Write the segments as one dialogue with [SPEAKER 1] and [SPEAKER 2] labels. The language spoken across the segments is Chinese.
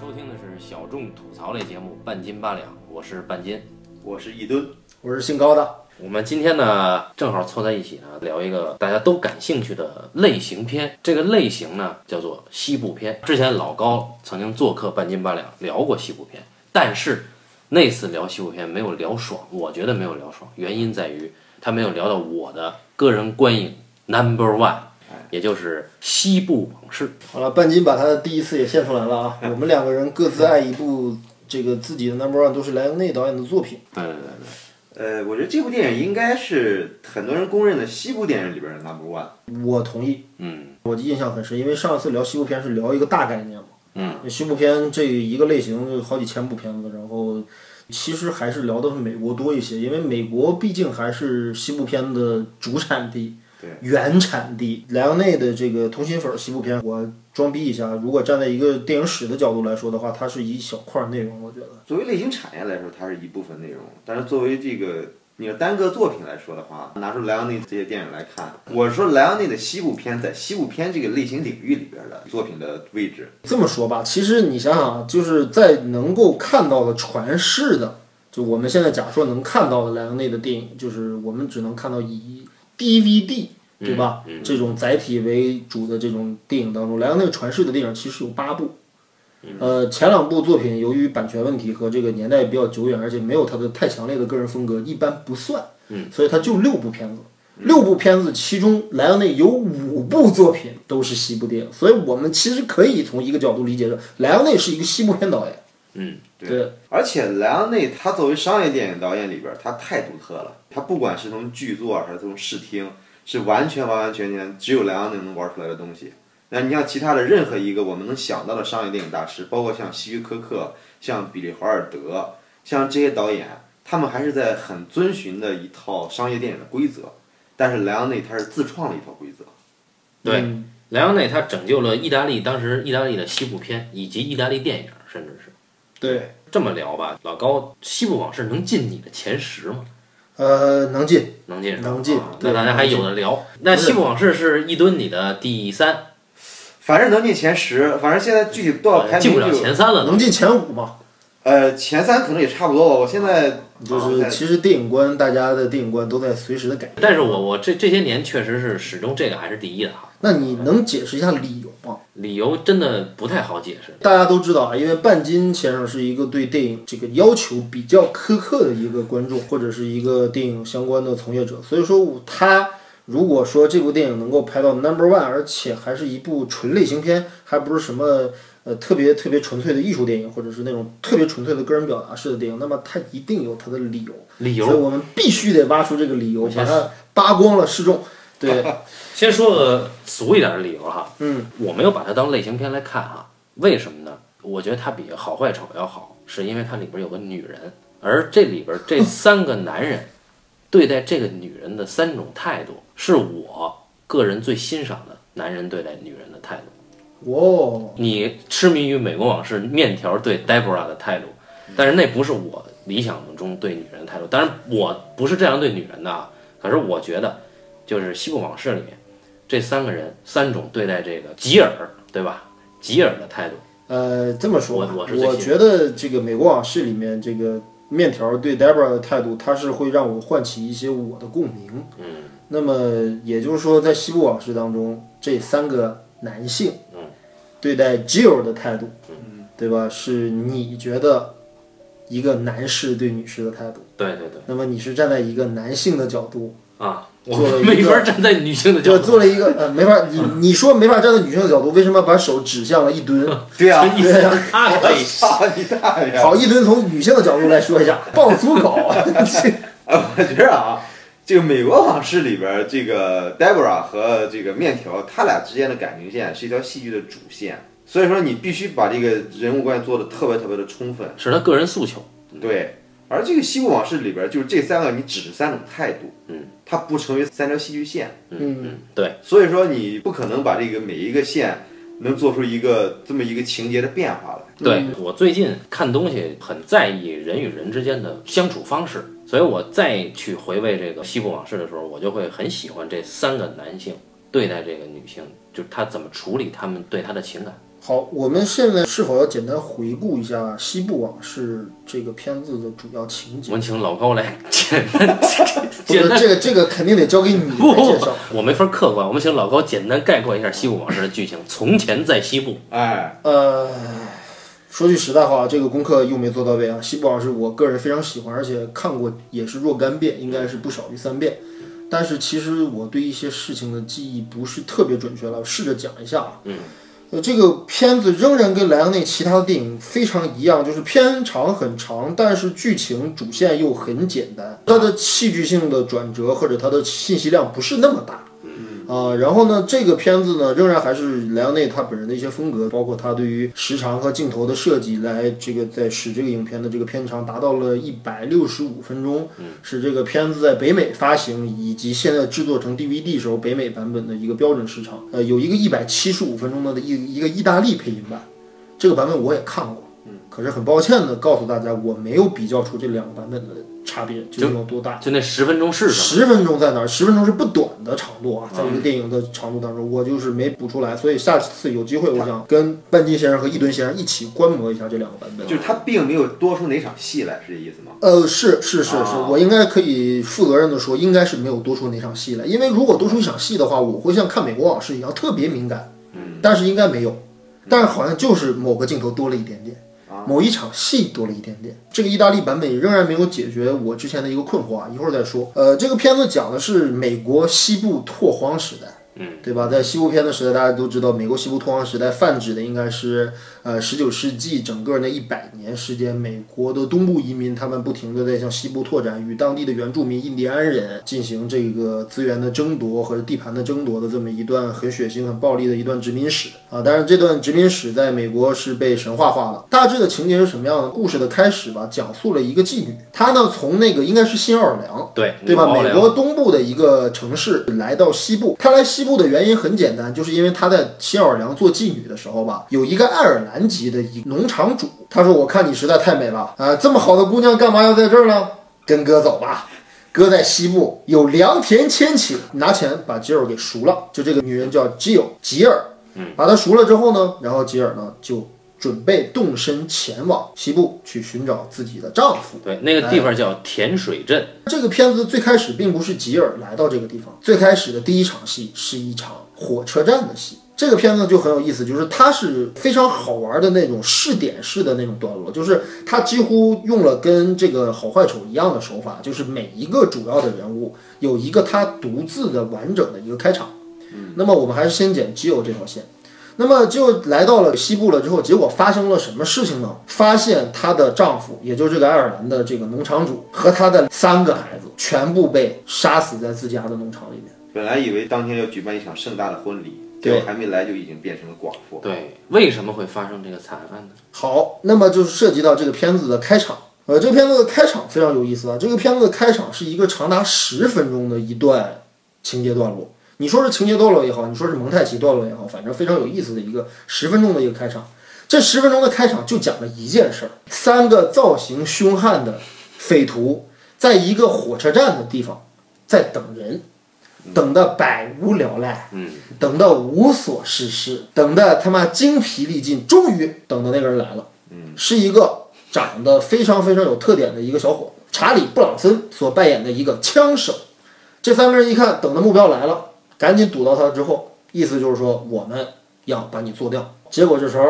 [SPEAKER 1] 收听的是小众吐槽类节目《半斤八两》，我是半斤。
[SPEAKER 2] 我是一吨，
[SPEAKER 3] 我是姓高的，
[SPEAKER 1] 我们今天呢，正好凑在一起呢，聊一个大家都感兴趣的类型片。这个类型呢，叫做西部片。之前老高曾经做客《半斤八两》，聊过西部片，但是那次聊西部片没有聊爽，我觉得没有聊爽，原因在于他没有聊到我的个人观影 number one，也
[SPEAKER 2] 哎
[SPEAKER 1] 就是《西部往事》。
[SPEAKER 3] 好了，半斤把他的第一次也献出来了啊！我们两个人各自爱一部这个自己的 number one 都是莱昂内导演的作品，
[SPEAKER 1] 对对对对，
[SPEAKER 2] 呃，我觉得这部电影应该是很多人公认的西部电影里边的 number one。
[SPEAKER 3] 我同意，
[SPEAKER 1] 嗯
[SPEAKER 3] 我印象很深，因为上一次聊西部片是聊一个大概念嘛，
[SPEAKER 1] 嗯，
[SPEAKER 3] 西部片这一个类型就好几千部片子，然后其实还是聊的美国多一些，因为美国毕竟还是西部片的主产地。
[SPEAKER 2] 对
[SPEAKER 3] 原产地莱昂内的这个通心粉西部片，我装逼一下，如果站在一个电影史的角度来说的话，它是一小块内容，我觉得。
[SPEAKER 2] 作为类型产业来说，它是一部分内容，但是作为这个你要单个作品来说的话，拿出莱昂内这些电影来看，我说莱昂内的西部片在西部片这个类型领域里边的作品的位置，
[SPEAKER 3] 这么说吧，其实你想想啊，就是在能够看到的传世的，就我们现在假说能看到的莱昂内的电影，就是我们只能看到以 DVD 对吧、这种载体为主的这种电影当中，莱昂内传世的电影其实有八部。呃，前两部作品由于版权问题和这个年代比较久远，而且没有他的太强烈的个人风格，一般不算。嗯，所以他就六部片子，六部片子，其中莱昂内有五部作品都是西部电影，所以我们其实可以从一个角度理解着，莱昂内是一个西部片导演。
[SPEAKER 1] 嗯，
[SPEAKER 3] 对，
[SPEAKER 2] 而且莱昂内他作为商业电影导演里边，他太独特了。他不管是从剧作还是从视听，是完全完完全全只有莱昂内能玩出来的东西。那你像其他的任何一个我们能想到的商业电影大师，包括像希区柯克、像比利·华尔德、像这些导演，他们还是在很遵循的一套商业电影的规则。但是莱昂内他是自创了一套规则。
[SPEAKER 1] 对
[SPEAKER 3] 嗯
[SPEAKER 1] 莱昂内他拯救了意大利当时意大利的西部片以及意大利电影，甚至是
[SPEAKER 3] 对，
[SPEAKER 1] 这么聊吧。老高，《西部往事》能进你的前十吗？
[SPEAKER 3] 呃，能进，
[SPEAKER 1] 能进，
[SPEAKER 3] 能进
[SPEAKER 1] 啊那
[SPEAKER 3] 对
[SPEAKER 1] 大家还有的聊。那《西部往事》是一吨你的第三，
[SPEAKER 2] 反正能进前十，反正现在具体多少排
[SPEAKER 1] 呃进
[SPEAKER 2] 名
[SPEAKER 1] 不了
[SPEAKER 2] 就
[SPEAKER 1] 前三了都。
[SPEAKER 3] 能进前五嘛？
[SPEAKER 2] 呃前三可能也差不多吧。我现在
[SPEAKER 3] 就
[SPEAKER 1] 哦
[SPEAKER 3] 是
[SPEAKER 2] 啊
[SPEAKER 3] 其实电影观，大家的电影观都在随时的改变。
[SPEAKER 1] 但是我我这这些年确实是始终这个还是第一的哈，
[SPEAKER 3] 那你能解释一下理由吗？
[SPEAKER 1] 理由真的不太好解释。
[SPEAKER 3] 大家都知道啊，因为半斤先生是一个对电影这个要求比较苛刻的一个观众，或者是一个电影相关的从业者，所以说我他如果说这部电影能够拍到 number one，而且还是一部纯类型片，还不是什么呃特别特别纯粹的艺术电影，或者是那种特别纯粹的个人表达式的电影，那么它一定有它的理由，
[SPEAKER 1] 理
[SPEAKER 3] 所以
[SPEAKER 1] 由
[SPEAKER 3] 我们必须得挖出这个理由，把它扒光了示众。对，
[SPEAKER 1] 先说个俗一点的理由哈，
[SPEAKER 3] 嗯，
[SPEAKER 1] 我没有把它当类型片来看哈，为什么呢？我觉得它比《好坏丑》要好，是因为它里边有个女人，而这里边这三个男人对待这个女人的三种态度，是我个人最欣赏的男人对待女人的态度。
[SPEAKER 3] 哇、哦，
[SPEAKER 1] 你痴迷于《美国往事》面条对 Deborah 的态度，但是那不是我理想中对女人的态度。当然，我不是这样对女人的啊。可是我觉得，就是《西部往事》里面这三个人三种对待这个吉尔，对吧？吉尔的态度，
[SPEAKER 3] 呃，这么说吧，
[SPEAKER 1] 我我
[SPEAKER 3] 我
[SPEAKER 1] 是最信
[SPEAKER 3] 觉得这个《美国往事》里面这个面条对 Debra 的态度，它是会让我唤起一些我的共鸣。嗯，那么也就是说，在《西部往事》当中，这三个男性，
[SPEAKER 1] 嗯，
[SPEAKER 3] 对待 Jill 的态度，嗯，对吧？是你觉得一个男士对女士的态度，
[SPEAKER 1] 对对对，
[SPEAKER 3] 那么你是站在一个男性的角度，
[SPEAKER 1] 啊，我
[SPEAKER 3] 做了一个
[SPEAKER 1] 没法站在女性的角
[SPEAKER 3] 就
[SPEAKER 1] 度，
[SPEAKER 3] 做了一个呃，没法，你你说没法站在女性的角度，为什么把手指向了一吨？
[SPEAKER 2] 对啊，
[SPEAKER 1] 意思他可以。
[SPEAKER 2] 操你大 爷！
[SPEAKER 3] 好，一吨从女性的角度来说一下，爆粗口，
[SPEAKER 1] 嗯
[SPEAKER 3] 嗯
[SPEAKER 2] 啊，我觉得啊，这个《美国往事》里边儿这个 Deborah 和这个面条，他俩之间的感情线是一条戏剧的主线，所以说你必须把这个人物关系做的特别特别的充分。
[SPEAKER 1] 是他个人诉求，
[SPEAKER 2] 对，而这个《西部往事》里边儿，就是这三个你只是三种态度，
[SPEAKER 1] 嗯，
[SPEAKER 2] 它不成为三条戏剧线，
[SPEAKER 3] 嗯，
[SPEAKER 1] 嗯，对，
[SPEAKER 2] 所以说你不可能把这个每一个线能做出一个这么一个情节的变化来。
[SPEAKER 1] 对我最近看东西很在意人与人之间的相处方式，所以我再去回味这个《西部往事》的时候，我就会很喜欢这三个男性对待这个女性，就是他怎么处理他们对他的情感。
[SPEAKER 3] 好，我们现在是否要简单回顾一下《西部往事》这个片子的主要情节？
[SPEAKER 1] 我们请老高 来简单
[SPEAKER 3] 不是
[SPEAKER 1] 简单
[SPEAKER 3] 这个，这个肯定得交给你
[SPEAKER 1] 不
[SPEAKER 3] 来
[SPEAKER 1] 不
[SPEAKER 3] 介
[SPEAKER 1] 不
[SPEAKER 3] 绍。，
[SPEAKER 1] 我没法客观。我们请老高简单概括一下《西部往事》的剧情。从前在西部，
[SPEAKER 2] 哎，
[SPEAKER 3] 呃，说句实在话，这个功课又没做到位啊。《西部往事》我个人非常喜欢，而且看过也是若干遍，应该是不少于三遍。但是其实我对一些事情的记忆不是特别准确了，我试着讲一下啊。嗯。呃，这个片子仍然跟莱昂内其他的电影非常一样，就是片长很长，但是剧情主线又很简单，它的戏剧性的转折或者它的信息量不是那么大。啊，然后呢，这个片子呢，仍然还是莱昂内他本人的一些风格，包括他对于时长和镜头的设计，来这个在使这个影片的这个片长达到了一百六十五分钟，是这个片子在北美发行以及现在制作成 DVD 时候北美版本的一个标准时长。呃，有一个一百七十五分钟的一一个意大利配音版，这个版本我也看过，可是很抱歉的告诉大家，我没有比较出这两个版本的差别究竟有多大。
[SPEAKER 1] 就那十分钟是什么？嗯
[SPEAKER 3] 十分钟在哪儿？十分钟是不短的长度啊，在一个电影的长度当中，我就是没补出来，所以下次有机会，我想跟半斤先生和一吨先生一起观摩一下这两个版本。
[SPEAKER 2] 就是他并没有多出哪场戏来，是这意思吗？
[SPEAKER 3] 呃，是是是是
[SPEAKER 2] 啊，
[SPEAKER 3] 我应该可以负责任的说，应该是没有多出哪场戏来，因为如果多出一场戏的话，我会像看美国往事一样特别敏感，
[SPEAKER 2] 嗯
[SPEAKER 3] 但是应该没有，但是好像就是某个镜头多了一点点，
[SPEAKER 2] 啊
[SPEAKER 3] 某一场戏多了一点点。这个意大利版本仍然没有解决我之前的一个困惑啊，一会儿再说。呃，这个片子讲的是美国西部拓荒时代。对吧？在西部片的时代，大家都知道，美国西部拓荒时代泛指的应该是呃十九世纪整个那一百年时间，美国的东部移民他们不停的在向西部拓展，与当地的原住民印第安人进行这个资源的争夺和地盘的争夺的这么一段很血腥、很暴力的一段殖民史啊。但是这段殖民史在美国是被神话化了。大致的情节是什么样的？故事的开始吧，讲述了一个妓女，她呢从那个应该是新奥尔良。
[SPEAKER 1] 对
[SPEAKER 3] 对吧？
[SPEAKER 1] 老高
[SPEAKER 3] 美
[SPEAKER 1] 来
[SPEAKER 3] 国东部的一个城市来到西部，他来西部的原因很简单，就是因为他在新奥尔良做妓女的时候吧，有一个爱尔兰籍的一农场主，他说：“我看你实在太美了啊、这么好的姑娘干嘛要在这儿呢？跟哥走吧。”哥在西部有良田千顷，拿钱把吉尔给赎了。就这个女人叫吉尔，吉尔，把她赎了之后呢，然后吉尔呢就准备动身前往西部去寻找自己的丈夫。
[SPEAKER 1] 对那个地方叫甜水镇，
[SPEAKER 3] 这个片子最开始并不是吉尔来到这个地方，最开始的第一场戏是一场火车站的戏。这个片子就很有意思，就是它是非常好玩的那种试点式的那种段落，就是它几乎用了跟这个好坏丑一样的手法，就是每一个主要的人物有一个他独自的完整的一个开场。那么我们还是先剪吉友这条线。那么就来到了西部了之后，结果发生了什么事情呢？发现她的丈夫，也就是这个爱尔兰的这个农场主和她的三个孩子全部被杀死在自家的农场里面。
[SPEAKER 2] 本来以为当天要举办一场盛大的婚礼，结
[SPEAKER 3] 对
[SPEAKER 2] 果还没来就已经变成了寡妇。
[SPEAKER 1] 对，为什么会发生这个惨案呢？
[SPEAKER 3] 好，那么就是涉及到这个片子的开场。呃，这个片子的开场非常有意思啊。这个片子的开场是一个长达十分钟的一段情节段落。你说是情节段落也好，你说是蒙太奇段落也好，反正非常有意思的一个十分钟的一个开场。这十分钟的开场就讲了一件事儿：三个造型凶悍的匪徒在一个火车站的地方在等人，等的百无聊赖，嗯，等的无所事事，等的他妈精疲力尽，终于等到那个人来了，嗯，是一个长得非常非常有特点的一个小伙子，查理·布朗森所扮演的一个枪手。这三个人一看，等的目标来了，赶紧堵到他之后，意思就是说我们要把你做掉。结果这时候，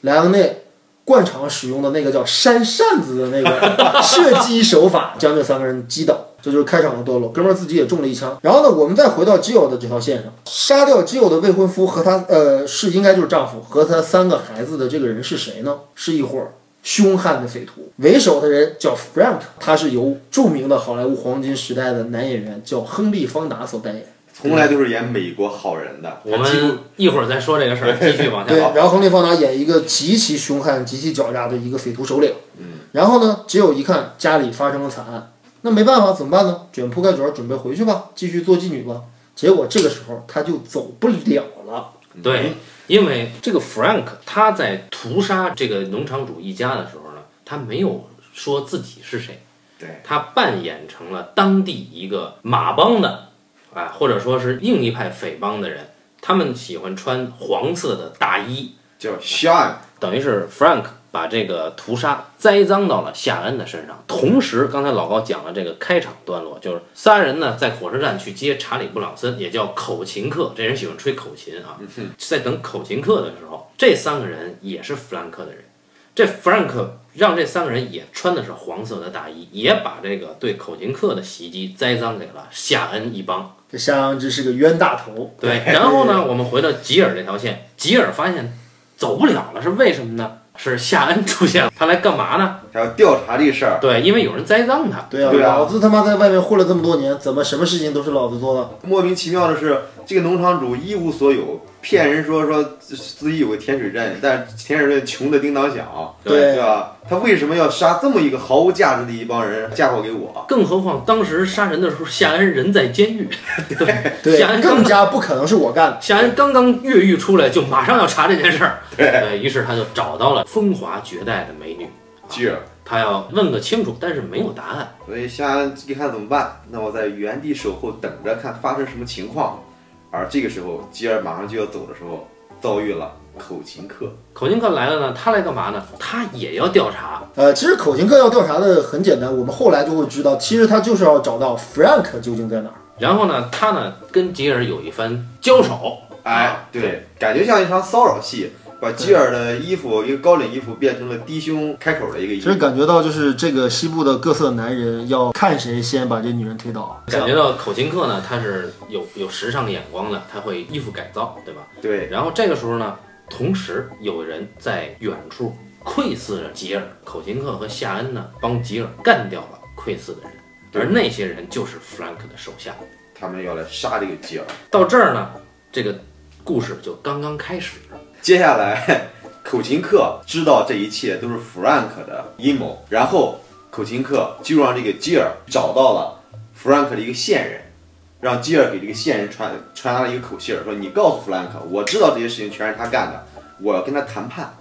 [SPEAKER 3] 莱昂内惯常使用的那个叫扇扇子的那个射击手法，将这三个人击倒。这就是开场的段落，哥们儿自己也中了一枪。然后呢，我们再回到基友的这条线上，杀掉基友的未婚夫和他呃是应该就是丈夫和他三个孩子的这个人是谁呢？是一伙凶悍的匪徒，为首的人叫 Frank，他是由著名的好莱坞黄金时代的男演员叫亨利·方达所扮演。
[SPEAKER 2] 从来都是演美国好人的，
[SPEAKER 1] 我
[SPEAKER 2] 几乎
[SPEAKER 1] 们一会儿再说这个事 儿，继续往下
[SPEAKER 3] 对
[SPEAKER 1] 跑。，
[SPEAKER 3] 然后亨利·方达演一个极其凶悍、极其狡诈的一个匪徒首领。嗯，然后呢，只有一看家里发生了惨案，那没办法，怎么办呢？卷铺盖卷，准备回去吧，继续做妓女吧。结果这个时候他就走不了了。
[SPEAKER 1] 对，因为这个 Frank 他在屠杀这个农场主一家的时候呢，他没有说自己是谁，
[SPEAKER 2] 对，
[SPEAKER 1] 他扮演成了当地一个马帮的，啊，或者说是另一派匪帮的人，他们喜欢穿黄色的大衣，
[SPEAKER 2] 叫 Sean，
[SPEAKER 1] 等于是 Frank 把这个屠杀栽赃到了夏恩的身上。同时，刚才老高讲了这个开场段落，就是仨人呢在火车站去接查理布朗森，也叫口琴客，这人喜欢吹口琴啊。在等口琴客的时候，这三个人也是弗兰克的人。这 Frank 让这三个人也穿的是黄色的大衣，也把这个对口琴客的袭击栽赃给了夏恩一帮。
[SPEAKER 3] 这夏阳之是个冤大头，
[SPEAKER 1] 对，然后呢，我们回到吉尔这条线，吉尔发现走不了了，是为什么呢？是夏恩出现了，他来干嘛呢？
[SPEAKER 2] 还要调查这事儿，
[SPEAKER 1] 对，因为有人栽赃他。
[SPEAKER 3] 对啊，
[SPEAKER 2] 对啊
[SPEAKER 3] 老子他妈在外面混了这么多年，怎么什么事情都是老子做的？
[SPEAKER 2] 莫名其妙的是，这个农场主一无所有，骗人说说自己有个甜水镇，但是甜水镇穷的叮当响，
[SPEAKER 3] 对啊
[SPEAKER 2] 对吧？他为什么要杀这么一个毫无价值的一帮人嫁祸给我？
[SPEAKER 1] 更何况当时杀人的时候，夏恩人在监狱，对，夏恩刚
[SPEAKER 3] 对，更加不可能是我干的。
[SPEAKER 1] 夏恩刚刚越狱出来，就马上要查这件事儿。对，于是他就找到了风华绝代的美女，
[SPEAKER 2] 劲儿，
[SPEAKER 1] 他要问个清楚，但是没有答案。
[SPEAKER 2] 所以夏安一看怎么办？那我在原地守候，等着看发生什么情况。而这个时候，吉尔马上就要走的时候，遭遇了口琴客。
[SPEAKER 1] 口琴客来了呢，他来干嘛呢？他也要调查，
[SPEAKER 3] 呃，其实口琴课要调查的很简单，我们后来就会知道，其实他就是要找到 Frank 究竟在哪儿。
[SPEAKER 1] 然后呢，他呢跟吉尔有一番交手。
[SPEAKER 2] 哎，对，感觉像一场骚扰戏，把吉尔的衣服一个高领衣服变成了低胸开口的一个衣
[SPEAKER 3] 其
[SPEAKER 2] 服
[SPEAKER 3] 实。感觉到就是这个西部的各色男人要看谁先把这女人推倒。
[SPEAKER 1] 感觉到口琴客呢，他是有有时尚眼光的，他会衣服改造，对吧？
[SPEAKER 2] 对，
[SPEAKER 1] 然后这个时候呢，同时有人在远处窥视着吉尔，口琴客和夏恩呢帮吉尔干掉了窥视的人，
[SPEAKER 2] 对
[SPEAKER 1] 而那些人就是弗兰克的手下。
[SPEAKER 2] 他们要来杀这个吉尔。
[SPEAKER 1] 到这儿呢，这个故事就刚刚开始。
[SPEAKER 2] 接下来，口琴客知道这一切都是 Frank 的阴谋，然后口琴客就让这个吉尔找到了 Frank 的一个线人，呃让吉尔给这个线人传传达了一个口信儿，说你告诉 Frank，我知道这些事情全是他干的，我要跟他谈判。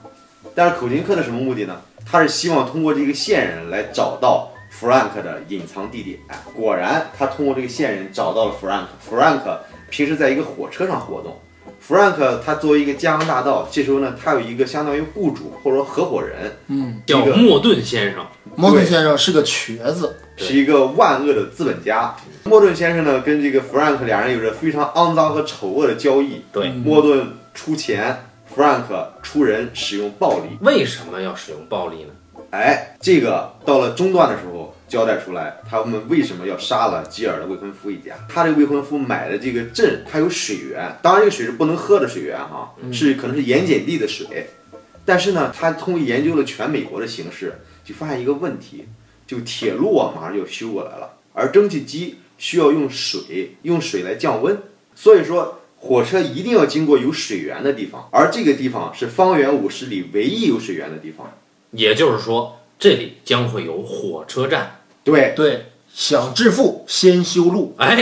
[SPEAKER 2] 但是口琴客的什么目的呢？他是希望通过这个线人来找到 Frank 的隐藏地点。果然，他通过这个线人找到了 Frank。Frank 平时在一个火车上活动。Frank 他作为一个江洋大盗，这时候呢，他有一个相当于雇主或者说合伙人，
[SPEAKER 3] 嗯，
[SPEAKER 1] 叫
[SPEAKER 2] 这个
[SPEAKER 1] 莫顿先生，
[SPEAKER 3] 摩根先生是个瘸子，
[SPEAKER 1] 对
[SPEAKER 2] 是一个万恶的资本家。莫顿先生呢，跟这个 Frank 两人有着非常肮脏和丑恶的交易。
[SPEAKER 1] 对，
[SPEAKER 2] 莫顿出钱，Frank 出人，使用暴力。
[SPEAKER 1] 为什么要使用暴力呢？
[SPEAKER 2] 哎，这个到了中段的时候交代出来，他们为什么要杀了吉尔的未婚夫一家？他这个未婚夫买的这个镇，它有水源，当然这个水是不能喝的水源哈，是可能是盐碱地的水。但是呢，他通过研究了全美国的形势，就发现一个问题，就铁路啊马上就要修过来了，而蒸汽机需要用水，用水来降温，所以说火车一定要经过有水源的地方，而这个地方是方圆五十里唯一有水源的地方。
[SPEAKER 1] 也就是说，这里将会有火车站。
[SPEAKER 2] 对，
[SPEAKER 3] 对，想致富先修路。
[SPEAKER 1] 哎，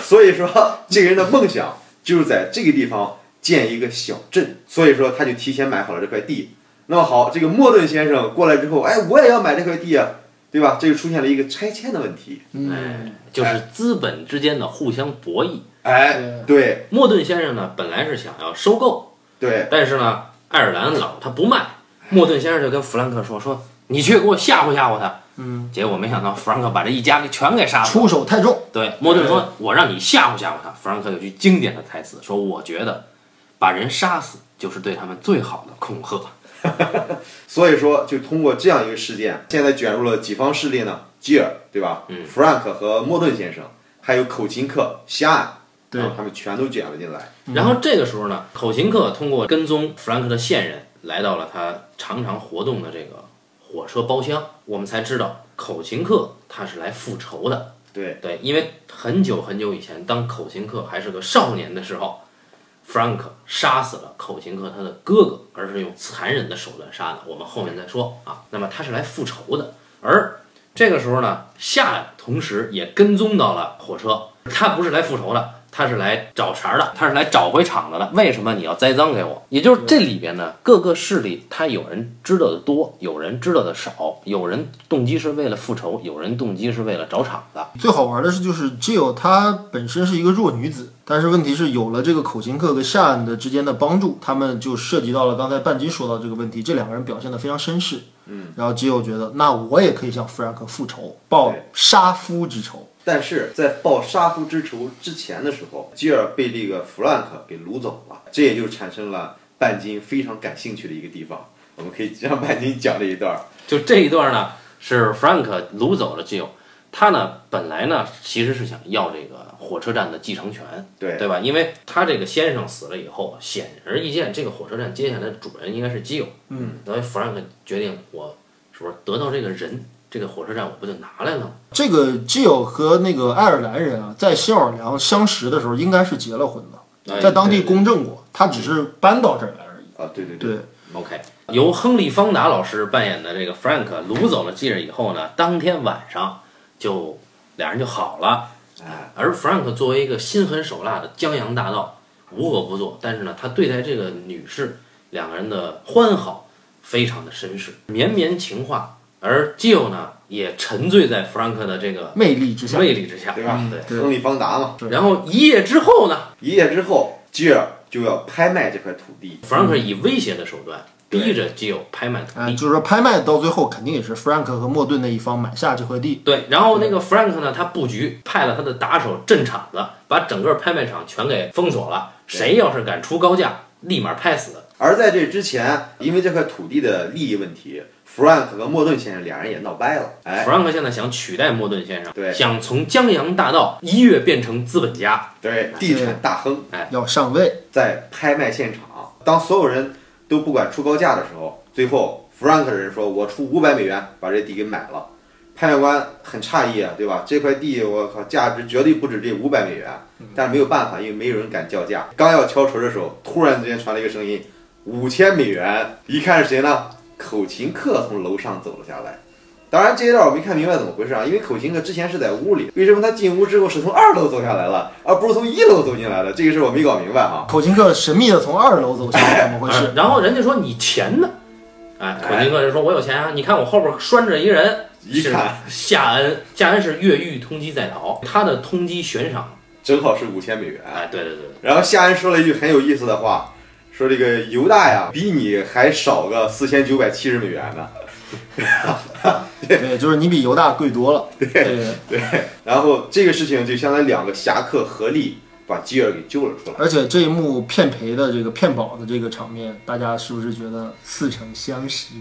[SPEAKER 2] 所以说，这个人的梦想就是在这个地方建一个小镇，所以说他就提前买好了这块地。那么好，这个莫顿先生过来之后，哎，我也要买这块地啊，对吧？这就出现了一个拆迁的问题。
[SPEAKER 1] 哎，就是资本之间的互相博弈。
[SPEAKER 2] 哎，对
[SPEAKER 1] 莫顿先生呢，本来是想要收购，
[SPEAKER 2] 对，
[SPEAKER 1] 但是呢，爱尔兰佬他不卖，莫顿先生就跟弗兰克说：“说你去给我吓唬吓唬他。”嗯，结果没想到弗兰克把这一家给全给杀了。
[SPEAKER 3] 出手太重，
[SPEAKER 1] 对，莫顿说：“我让你吓唬吓唬他。”弗兰克有句经典的台词说：“我觉得把人杀死就是对他们最好的恐吓。
[SPEAKER 2] 所以说就通过这样一个事件，现在卷入了几方势力呢？吉尔对吧？嗯，Frank 和莫顿先生，还有口琴客夏安，
[SPEAKER 3] 对
[SPEAKER 2] 啊然后他们全都卷了进来。”
[SPEAKER 1] 然后这个时候呢，口琴客通过跟踪弗兰克的线人，来到了他常常活动的这个火车包厢，我们才知道口琴客他是来复仇的。
[SPEAKER 2] 对，
[SPEAKER 1] 对，因为很久很久以前，当口琴客还是个少年的时候，Frank 杀死了口琴客他的哥哥，而是用残忍的手段杀的。我们后面再说啊。那么他是来复仇的，而这个时候呢，夏同时也跟踪到了火车，他不是来复仇的，他是来找茬儿的，他是来找回场子的。为什么你要栽赃给我？也就是这里边呢，各个势力他有人知道的多，有人知道的少，有人动机是为了复仇，有人动机是为了找场子。
[SPEAKER 3] 最好玩的是，就是 Jill 她本身是一个弱女子，但是问题是有了这个口琴课跟夏岸的之间的帮助，他们就涉及到了刚才半斤说到这个问题，这两个人表现得非常绅士。嗯，然后 Jill 觉得，那我也可以向弗兰克复仇，报杀夫之仇。
[SPEAKER 2] 但是在报杀夫之仇之前的时候，吉尔被这个弗兰克给掳走了，这也就产生了半斤非常感兴趣的一个地方。我们可以让半斤讲这一段儿。
[SPEAKER 1] 就这一段呢，是 Frank 掳走了 Jill，他呢本来呢其实是想要这个火车站的继承权，
[SPEAKER 2] 对，
[SPEAKER 1] 对吧？因为他这个先生死了以后，显而易见，这个火车站接下来的主人应该是基友。嗯，所以弗兰克决定，我是不是得到这个人，这个火车站我不就拿来了吗？
[SPEAKER 3] 这个 Jill 和那个爱尔兰人啊，在新奥尔良相识的时候，应该是结了婚
[SPEAKER 1] 哎
[SPEAKER 3] 的，在当地
[SPEAKER 2] 对对
[SPEAKER 3] 公证过，他只是搬到这儿来而已。
[SPEAKER 2] 啊，对对
[SPEAKER 3] 对，
[SPEAKER 1] OK，由亨利·方达老师扮演的这个 Frank 掳走了继任以后呢，当天晚上就俩人就好了。啊
[SPEAKER 2] 哎，
[SPEAKER 1] 而 Frank 作为一个心狠手辣的江洋大盗，无恶不作，但是呢，他对待这个女士两个人的欢好非常的绅士，绵绵情话。而 Jill 呢，也沉醉在 Frank 的这个
[SPEAKER 3] 魅力之下，
[SPEAKER 1] 魅力之下，
[SPEAKER 2] 对吧？
[SPEAKER 1] 对。
[SPEAKER 3] 对
[SPEAKER 2] 亨利·方达嘛，
[SPEAKER 3] 对
[SPEAKER 1] 然后一夜之后呢
[SPEAKER 2] 一夜之后，吉尔就要拍卖这块土地。
[SPEAKER 1] ，Frank 以威胁的手段
[SPEAKER 2] 嗯对啊
[SPEAKER 1] 逼着 Jill 拍卖土地
[SPEAKER 3] 哎，。就是说拍卖到最后肯定也是 Frank 和莫顿那一方买下这块地。
[SPEAKER 1] 对，然后那个 Frank 呢，他布局派了他的打手镇场子，把整个拍卖场全给封锁了。
[SPEAKER 2] 对
[SPEAKER 1] 谁要是敢出高价，立马拍死。
[SPEAKER 2] 而在这之前，因为这块土地的利益问题，弗兰克和莫顿先生俩人也闹掰了。哎，
[SPEAKER 1] Frank 现在想取代莫顿先生，
[SPEAKER 2] 对
[SPEAKER 1] 想从江洋大盗一跃变成资本家。
[SPEAKER 2] 对，地产大亨
[SPEAKER 3] 要上位，
[SPEAKER 2] 在拍卖现场，当所有人都不敢出高价的时候，最后弗兰克的人说：“我出五百美元把这地给买了。”拍卖官很诧异啊，对吧？这块地我靠，价值绝对不止这五百美元，但是没有办法，因为没有人敢叫价。刚要敲锤的时候，突然之间传来一个声音：“五千美元！”一看是谁呢？口琴课从楼上走了下来。当然这一段我没看明白怎么回事啊，因为口琴课之前是在屋里，为什么他进屋之后是从二楼走下来了，而不是从一楼走进来的？这个事儿我没搞明白啊。
[SPEAKER 3] 口琴客神秘的从二楼走下来，怎么回事？
[SPEAKER 1] 啊然后人家说你钱呢？哎，口琴哥就说：“我有钱啊！你看我后边拴着一人，
[SPEAKER 2] 一看
[SPEAKER 1] 是夏恩，夏恩是越狱通缉在逃，他的通缉悬赏。
[SPEAKER 2] 正好是五千美元。
[SPEAKER 1] 哎，对对对，
[SPEAKER 2] 然后夏恩说了一句很有意思的话，说这个犹大呀，比你还少个四千九百七十美元呢。
[SPEAKER 3] 对，就是你比犹大贵多了。对，
[SPEAKER 2] 然后这个事情就相当于两个侠客合力把基尔给救了出来。
[SPEAKER 3] 而且这一幕骗赔的这个骗保的这个场面，大家是不是觉得似曾相识？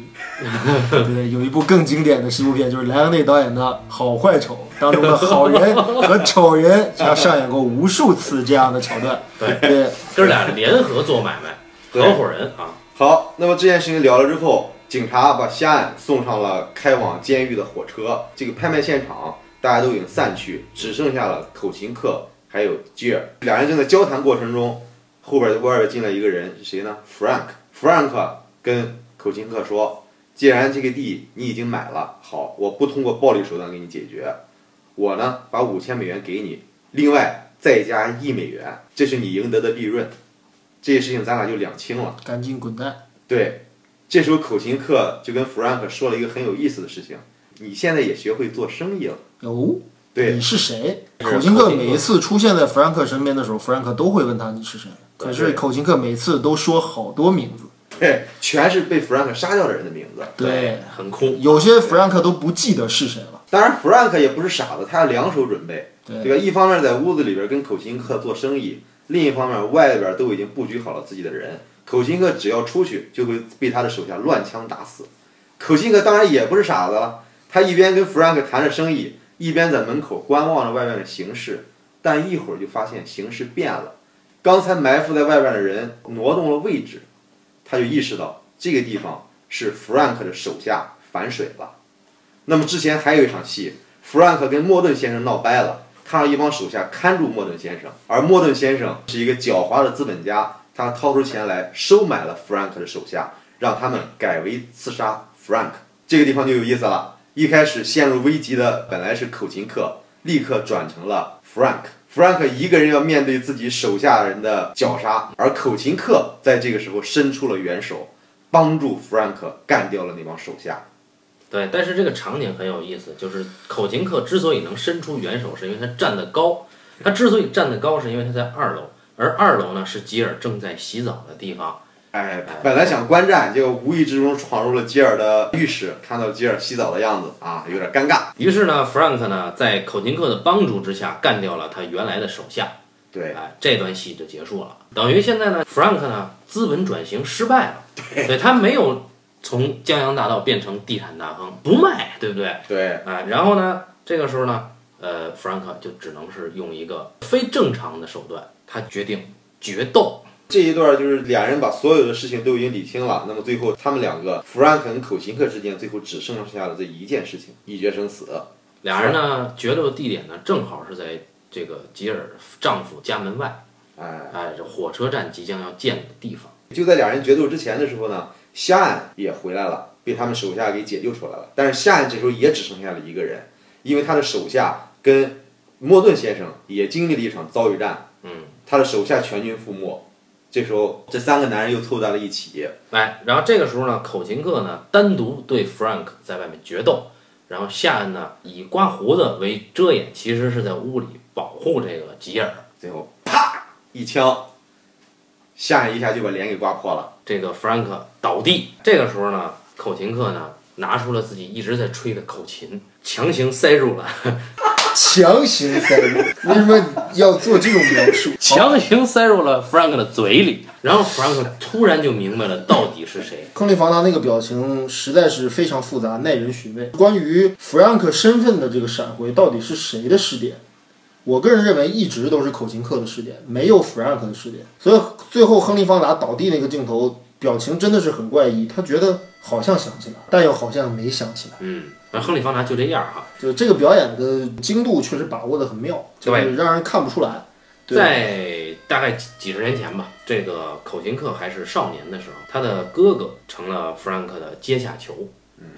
[SPEAKER 3] 对，有一部更经典的西部片，就是莱昂内导演的《好坏丑》当中的好人和丑人，他上演过无数次这样的桥段。对，
[SPEAKER 1] 哥俩联合做买 卖，合伙人啊。”
[SPEAKER 2] 好，那么这件事情聊了之后，警察把夏恩送上了开往监狱的火车。这个拍卖现场大家都已经散去，只剩下了口琴课还有吉尔。两人正在交谈过程中，后边外边进来一个人是谁呢？Frank。Frank 跟口琴课说：“既然这个地你已经买了，好，我不通过暴力手段给你解决，我呢把五千美元给你，另外再加一美元，这是你应得的利润。这些事情咱俩就两清了。”
[SPEAKER 3] 赶紧滚蛋！
[SPEAKER 2] 对，这时候口琴课就跟 Frank 说了一个很有意思的事情：你现在也学会做生意了。
[SPEAKER 3] 哦，
[SPEAKER 2] 对
[SPEAKER 3] 你是谁？
[SPEAKER 1] 是
[SPEAKER 3] 口琴课
[SPEAKER 1] 口琴课
[SPEAKER 3] 每一次出现在弗兰克身边的时候，弗兰克都会问他你是谁。可是
[SPEAKER 2] 对
[SPEAKER 3] 口琴课每次都说好多名字，
[SPEAKER 2] 对，全是被 Frank 杀掉的人的名字。
[SPEAKER 3] 对，
[SPEAKER 1] 很酷。
[SPEAKER 3] 有些弗兰克都不记得是谁了。
[SPEAKER 2] 当然，Frank 也不是傻子，他有两手准备，
[SPEAKER 3] 对
[SPEAKER 2] 对吧？一方面在屋子里边跟口琴课做生意，另一方面外边都已经布局好了自己的人。口琴课只要出去，就会被他的手下乱枪打死。口琴课当然也不是傻子了，他一边跟 Frank 谈着生意，一边在门口观望着外面的形势。但一会儿就发现形势变了，刚才埋伏在外边的人挪动了位置，他就意识到这个地方是 Frank 的手下反水了。那么之前还有一场戏，Frank 跟莫顿先生闹掰了，他让一帮手下看住莫顿先生，而莫顿先生是一个狡猾的资本家，他掏出钱来收买了 Frank 的手下，让他们改为刺杀 Frank。这个地方就有意思了，一开始陷入危机的本来是口琴课，立刻转成了 Frank。 Frank 一个人要面对自己手下人的绞杀，而口琴克在这个时候伸出了援手，帮助 Frank 干掉了那帮手下。
[SPEAKER 1] 对，但是这个场景很有意思，就是口琴克之所以能伸出援手，是因为他站得高。他之所以站得高，是因为他在二楼，而二楼呢是吉尔正在洗澡的地方。
[SPEAKER 2] 哎，本来想观战，结果无意之中闯入了吉尔的浴室，看到吉尔洗澡的样子啊，有点尴尬。
[SPEAKER 1] 于是呢，Frank 呢在口琴克的帮助之下干掉了他原来的手下。
[SPEAKER 2] 对，
[SPEAKER 1] 哎，这段戏就结束了。等于现在呢，Frank 呢资本转型失败了，对他没有从江洋大盗变成地产大亨，不卖，对不对？
[SPEAKER 2] 对，
[SPEAKER 1] 啊，然后呢，这个时候呢，呃，Frank 就只能是用一个非正常的手段，他决定决斗。
[SPEAKER 2] 这一段就是俩人把所有的事情都已经理清了，那么最后他们两个 Frank 跟口琴克之间最后只剩下了这一件事情，一决生死。
[SPEAKER 1] 俩人呢，决斗地点呢，正好是在这个吉尔丈夫家门外，
[SPEAKER 2] 哎，
[SPEAKER 1] 哎，这火车站即将要建的地方。
[SPEAKER 2] 就在俩人决斗之前的时候呢，夏岸也回来了，被他们手下给解救出来了。但是夏岸这时候也只剩下了一个人，因为他的手下跟莫顿先生也经历了一场遭遇战，
[SPEAKER 1] 嗯，
[SPEAKER 2] 他的手下全军覆没。这时候，这三个男人又凑在了一起，
[SPEAKER 1] 哎，然后这个时候呢，口琴克呢单独对 Frank 在外面决斗，然后夏恩呢以刮胡子为遮掩，其实是在屋里保护这个吉尔。
[SPEAKER 2] 最后啪一枪，夏岸一下就把脸给刮破了。
[SPEAKER 1] 这个 Frank 倒地。这个时候呢，口琴课呢拿出了自己一直在吹的口琴，强行塞入了，
[SPEAKER 3] 强行塞入，为什么要做这种描述？
[SPEAKER 1] 强行塞入了 Frank 的嘴里。然后 Frank 突然就明白了到底是谁。
[SPEAKER 3] 亨利·房达那个表情实在是非常复杂，耐人寻味。关于 Frank 身份的这个闪回到底是谁的试点？我个人认为一直都是口琴课的试点，没有 Frank 的试点。所以最后亨利·方达倒地那个镜头，表情真的是很怪异，他觉得好像想起来，但又好像没想起来。
[SPEAKER 1] 嗯，然后亨利·方达就这样哈、
[SPEAKER 3] 就是这个表演的精度确实把握的很妙，就是让人看不出来。对
[SPEAKER 1] 在大概几几十年前吧，这个口琴课还是少年的时候，他的哥哥成了 Frank 的阶下囚。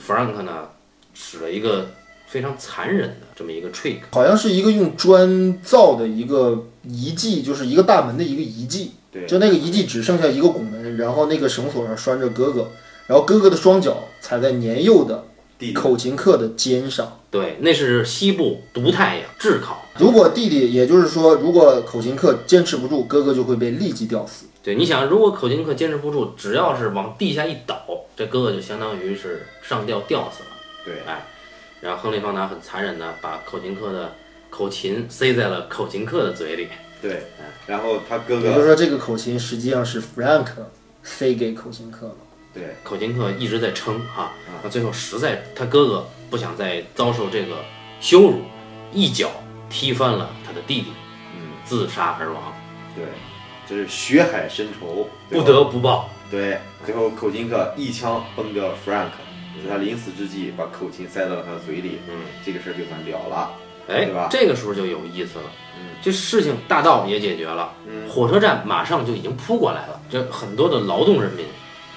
[SPEAKER 1] Frank 呢，使了一个非常残忍的这么一个 trick。
[SPEAKER 3] 好像是一个用砖造的一个遗迹，就是一个大门的一个遗迹。
[SPEAKER 2] 对
[SPEAKER 3] 就那个遗迹只剩下一个拱门，然后那个绳索上拴着哥哥，然后哥哥的双脚踩在年幼的
[SPEAKER 2] 弟弟
[SPEAKER 3] 口琴克的肩上。
[SPEAKER 1] 对，那是西部毒太阳炙烤。
[SPEAKER 3] 如果弟弟，也就是说，如果口琴克坚持不住，哥哥就会被立即吊死。
[SPEAKER 1] 对，你想，如果口琴课坚持不住，只要是往地下一倒，这哥哥就相当于是上吊吊死了。
[SPEAKER 2] 对，
[SPEAKER 1] 然后亨利·方达很残忍的把口琴课的口琴塞在了口琴课的嘴里。
[SPEAKER 2] 对，然后他哥
[SPEAKER 3] 也就是
[SPEAKER 2] 哥，
[SPEAKER 3] 说，这个口琴实际上是 Frank 塞给口琴克的。
[SPEAKER 2] 对，
[SPEAKER 1] 口琴课一直在撑哈，那最后实在他哥哥不想再遭受这个羞辱，一脚踢翻了他的弟弟，
[SPEAKER 2] 嗯，
[SPEAKER 1] 自杀而亡，
[SPEAKER 2] 对，这是血海深仇，对
[SPEAKER 1] 不
[SPEAKER 2] 吧
[SPEAKER 1] 得不报。
[SPEAKER 2] 对，最后口琴克一枪崩掉了 Frank，在他临死之际把口琴塞到了他的嘴里，
[SPEAKER 1] 嗯，
[SPEAKER 2] 这个事儿就算了了。
[SPEAKER 1] 哎
[SPEAKER 2] 对吧，嗯
[SPEAKER 1] 这个时候就有意思了。这事情大道也解决了，火车站马上就已经扑过来了。这很多的劳动人民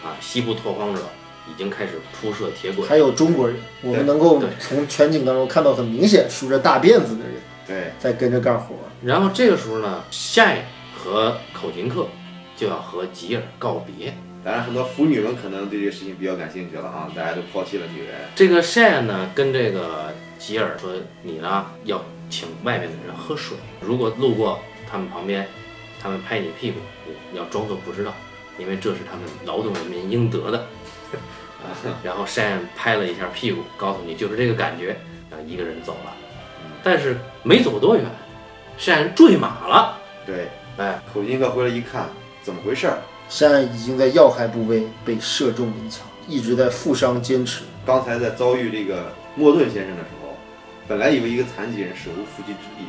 [SPEAKER 1] 啊，西部拓荒者已经开始铺设铁轨。
[SPEAKER 3] 还有中国人，我们能够
[SPEAKER 1] 对
[SPEAKER 3] 从全景当中看到很明显梳着大辫子的人
[SPEAKER 2] 对，
[SPEAKER 3] 在跟着干活。
[SPEAKER 1] 然后这个时候呢，夏和口琴克就要和吉尔告别。
[SPEAKER 2] 当然很多腐女们可能对这个事情比较感兴趣了啊，大家都抛弃了女人。
[SPEAKER 1] 这个夏呢，跟这个吉尔说：“你呢要请外面的人喝水，如果路过他们旁边，他们拍你屁股，你要装作不知道，因为这是他们劳动人民应得的。”啊 然后 Shane 拍了一下屁股，告诉你就是这个感觉，然后一个人走了。
[SPEAKER 2] 嗯
[SPEAKER 1] 但是没走多远，Shane 坠马了。
[SPEAKER 2] 对，
[SPEAKER 1] 哎，
[SPEAKER 2] 口琴克回来一看，怎么回事儿？
[SPEAKER 3] 现在已经在要害部位被射中了一枪，一直在负伤坚持。
[SPEAKER 2] 刚才在遭遇这个莫顿先生的时候，本来以为一个残疾人手无缚鸡之力，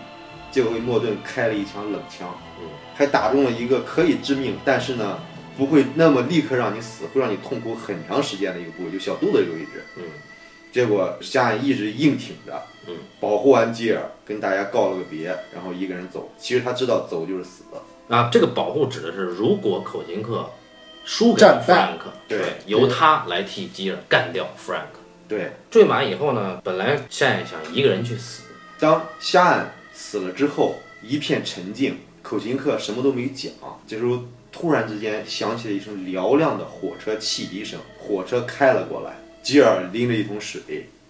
[SPEAKER 2] 结果被莫顿开了一枪冷枪，
[SPEAKER 1] 嗯
[SPEAKER 2] 还打中了一个可以致命，但是呢，不会那么立刻让你死，会让你痛苦很长时间的一个部位，就小肚子这个位置。
[SPEAKER 1] 嗯，
[SPEAKER 2] 结果夏岸一直硬挺着，
[SPEAKER 1] 嗯，
[SPEAKER 2] 保护完基尔，跟大家告了个别，然后一个人走。其实他知道走就是死，
[SPEAKER 1] 啊，这个保护指的是如果口琴克输给
[SPEAKER 3] 战败
[SPEAKER 1] Frank，
[SPEAKER 2] 对
[SPEAKER 1] 由他来替吉尔干掉 Frank。
[SPEAKER 2] 对。
[SPEAKER 1] 坠马以后呢，本来 Shane 想一个人去死，
[SPEAKER 2] 当夏岸死了之后，一片沉静，口琴课什么都没讲。这时候突然之间响起了一声嘹亮的火车汽笛声，火车开了过来，吉尔拎着一桶水。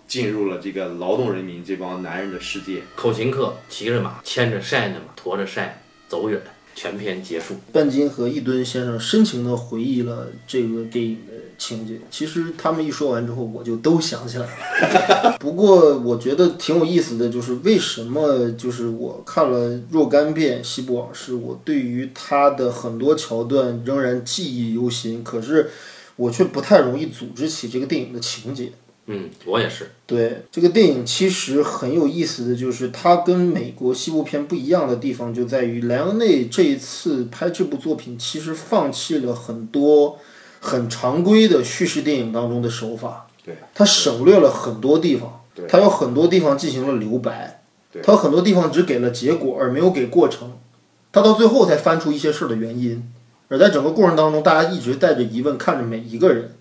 [SPEAKER 2] 进入了这个劳动人民这帮男人的世界，
[SPEAKER 1] 口琴课，骑着马，牵着晒呢马，驮着晒，走远。全篇结束。
[SPEAKER 3] 半斤和一吨先生深情地回忆了这个电影的情节。其实他们一说完之后，我就都想起来了。不过我觉得挺有意思的，就是为什么就是我看了若干遍《西部往事》，我对于他的很多桥段仍然记忆犹新，可是我却不太容易组织起这个电影的情节。
[SPEAKER 1] 嗯，我也是。
[SPEAKER 3] 对这个电影其实很有意思的就是，它跟美国西部片不一样的地方就在于，莱昂内这一次拍这部作品，其实放弃了很多很常规的叙事电影当中的手法，
[SPEAKER 2] 对，
[SPEAKER 3] 它省略了很多地方，它有很多地方进行了留白，它有很多地方只给了结果而没有给过程，它到最后才翻出一些事儿的原因，而在整个过程当中，大家一直带着疑问看着每一个人，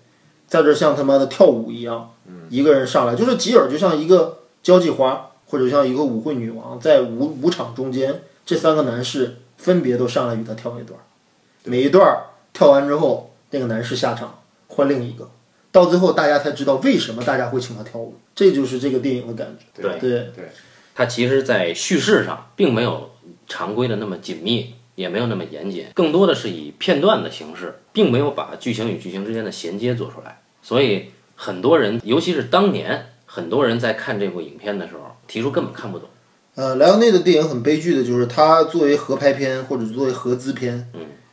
[SPEAKER 3] 在这像他妈的跳舞一样。一个人上来，就是吉尔就像一个交际花，或者像一个舞会女王，在舞舞场中间，这三个男士分别都上来与他跳一段，每一段跳完之后，那个男士下场换另一个，到最后大家才知道为什么大家会请他跳舞，这就是这个电影的感觉。
[SPEAKER 1] 对
[SPEAKER 3] 对
[SPEAKER 2] 对，
[SPEAKER 1] 它其实，在叙事上并没有常规的那么紧密，也没有那么严谨，更多的是以片段的形式，并没有把剧情与剧情之间的衔接做出来。所以，很多人，尤其是当年很多人在看这部影片的时候，提出根本看不懂。
[SPEAKER 3] 呃，莱昂内的电影很悲剧的就是，它作为合拍片或者作为合资片，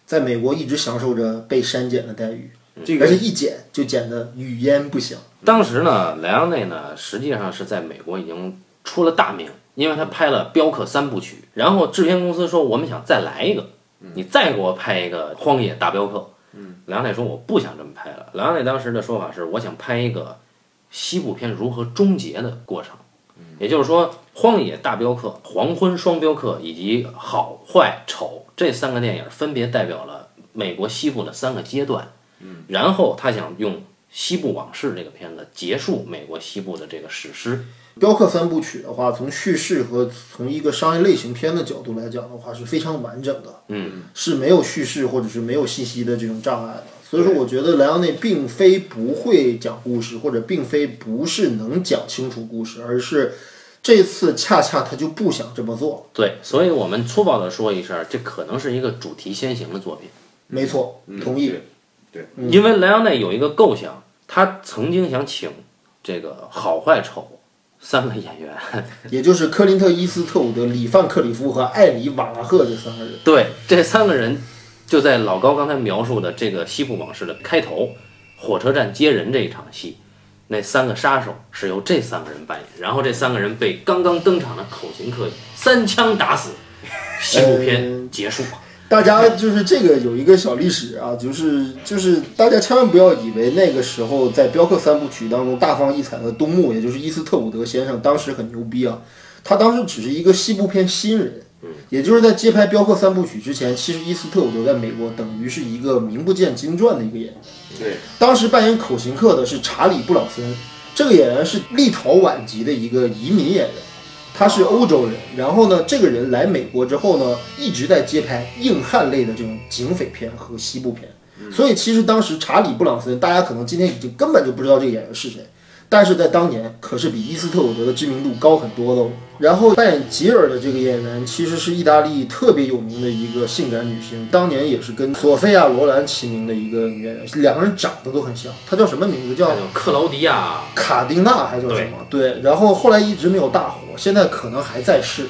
[SPEAKER 3] 在美国一直享受着被删减的待遇，
[SPEAKER 2] 这
[SPEAKER 3] 而
[SPEAKER 2] 个
[SPEAKER 3] 且一剪就剪得语焉不详。
[SPEAKER 1] 当时呢，莱昂内呢，实际上是在美国已经出了大名，因为他拍了《镖客》三部曲，然后制片公司说我们想再来一个，你再给我拍一个《荒野大镖客》。嗯，莱昂内说我不想这么拍了。莱昂内当时的说法是，我想拍一个西部片如何终结的过程，也就是说，《荒野大镖客》《黄昏双镖客》以及《好坏丑》这三个电影分别代表了美国西部的三个阶段。嗯，然后他想用《西部往事》这个片子结束美国西部的这个史诗。
[SPEAKER 3] 镖客三部曲的话，从叙事和从一个商业类型片的角度来讲的话，是非常完整的，嗯，是没有叙事或者是没有信息的这种障碍的。所以说，我觉得莱昂内并非不会讲故事，或者并非不是能讲清楚故事，而是这次恰恰他就不想这么做。
[SPEAKER 1] 对，所以我们粗暴的说一声，这可能是一个主题先行的作品，
[SPEAKER 3] 没错，同意。
[SPEAKER 1] 因为莱昂内有一个构想，他曾经想请这个好坏丑三个演员，
[SPEAKER 3] 也就是克林特·伊斯特伍德、里范·克里夫和艾里·瓦拉赫这三个人。
[SPEAKER 1] 对， 这三个人就在老高刚才描述的这个《西部往事》的开头，火车站接人这一场戏，那三个杀手是由这三个人扮演，然后这三个人被刚刚登场的口琴客三枪打死，西部片结束。
[SPEAKER 3] 大家就是这个有一个小历史啊，就是就是大家千万不要以为那个时候在《镖客三部曲》当中大放异彩的东木，也就是伊斯特伍德先生，当时很牛逼啊。他当时只是一个西部片新人，也就是在接拍《镖客三部曲》之前，其实伊斯特伍德在美国等于是一个名不见经传的一个演员。
[SPEAKER 2] 对，
[SPEAKER 3] 当时扮演口琴客的是查理·布朗森，这个演员是立陶宛籍的一个移民演员，他是欧洲人。然后呢，这个人来美国之后呢，一直在接拍硬汉类的这种警匪片和西部片。所以其实当时查理·布朗森，大家可能今天已经根本就不知道这个演员是谁，但是在当年可是比伊斯特伍德的知名度高很多的哦。然后扮演吉尔的这个演员其实是意大利特别有名的一个性感女星，当年也是跟索菲亚·罗兰齐名的一个女演员，两个人长得都很像。她叫什么名字？叫
[SPEAKER 1] 还有克劳迪亚，
[SPEAKER 3] 卡丁娜还叫什么？对，然后后来一直没有大火，现在可能还在世。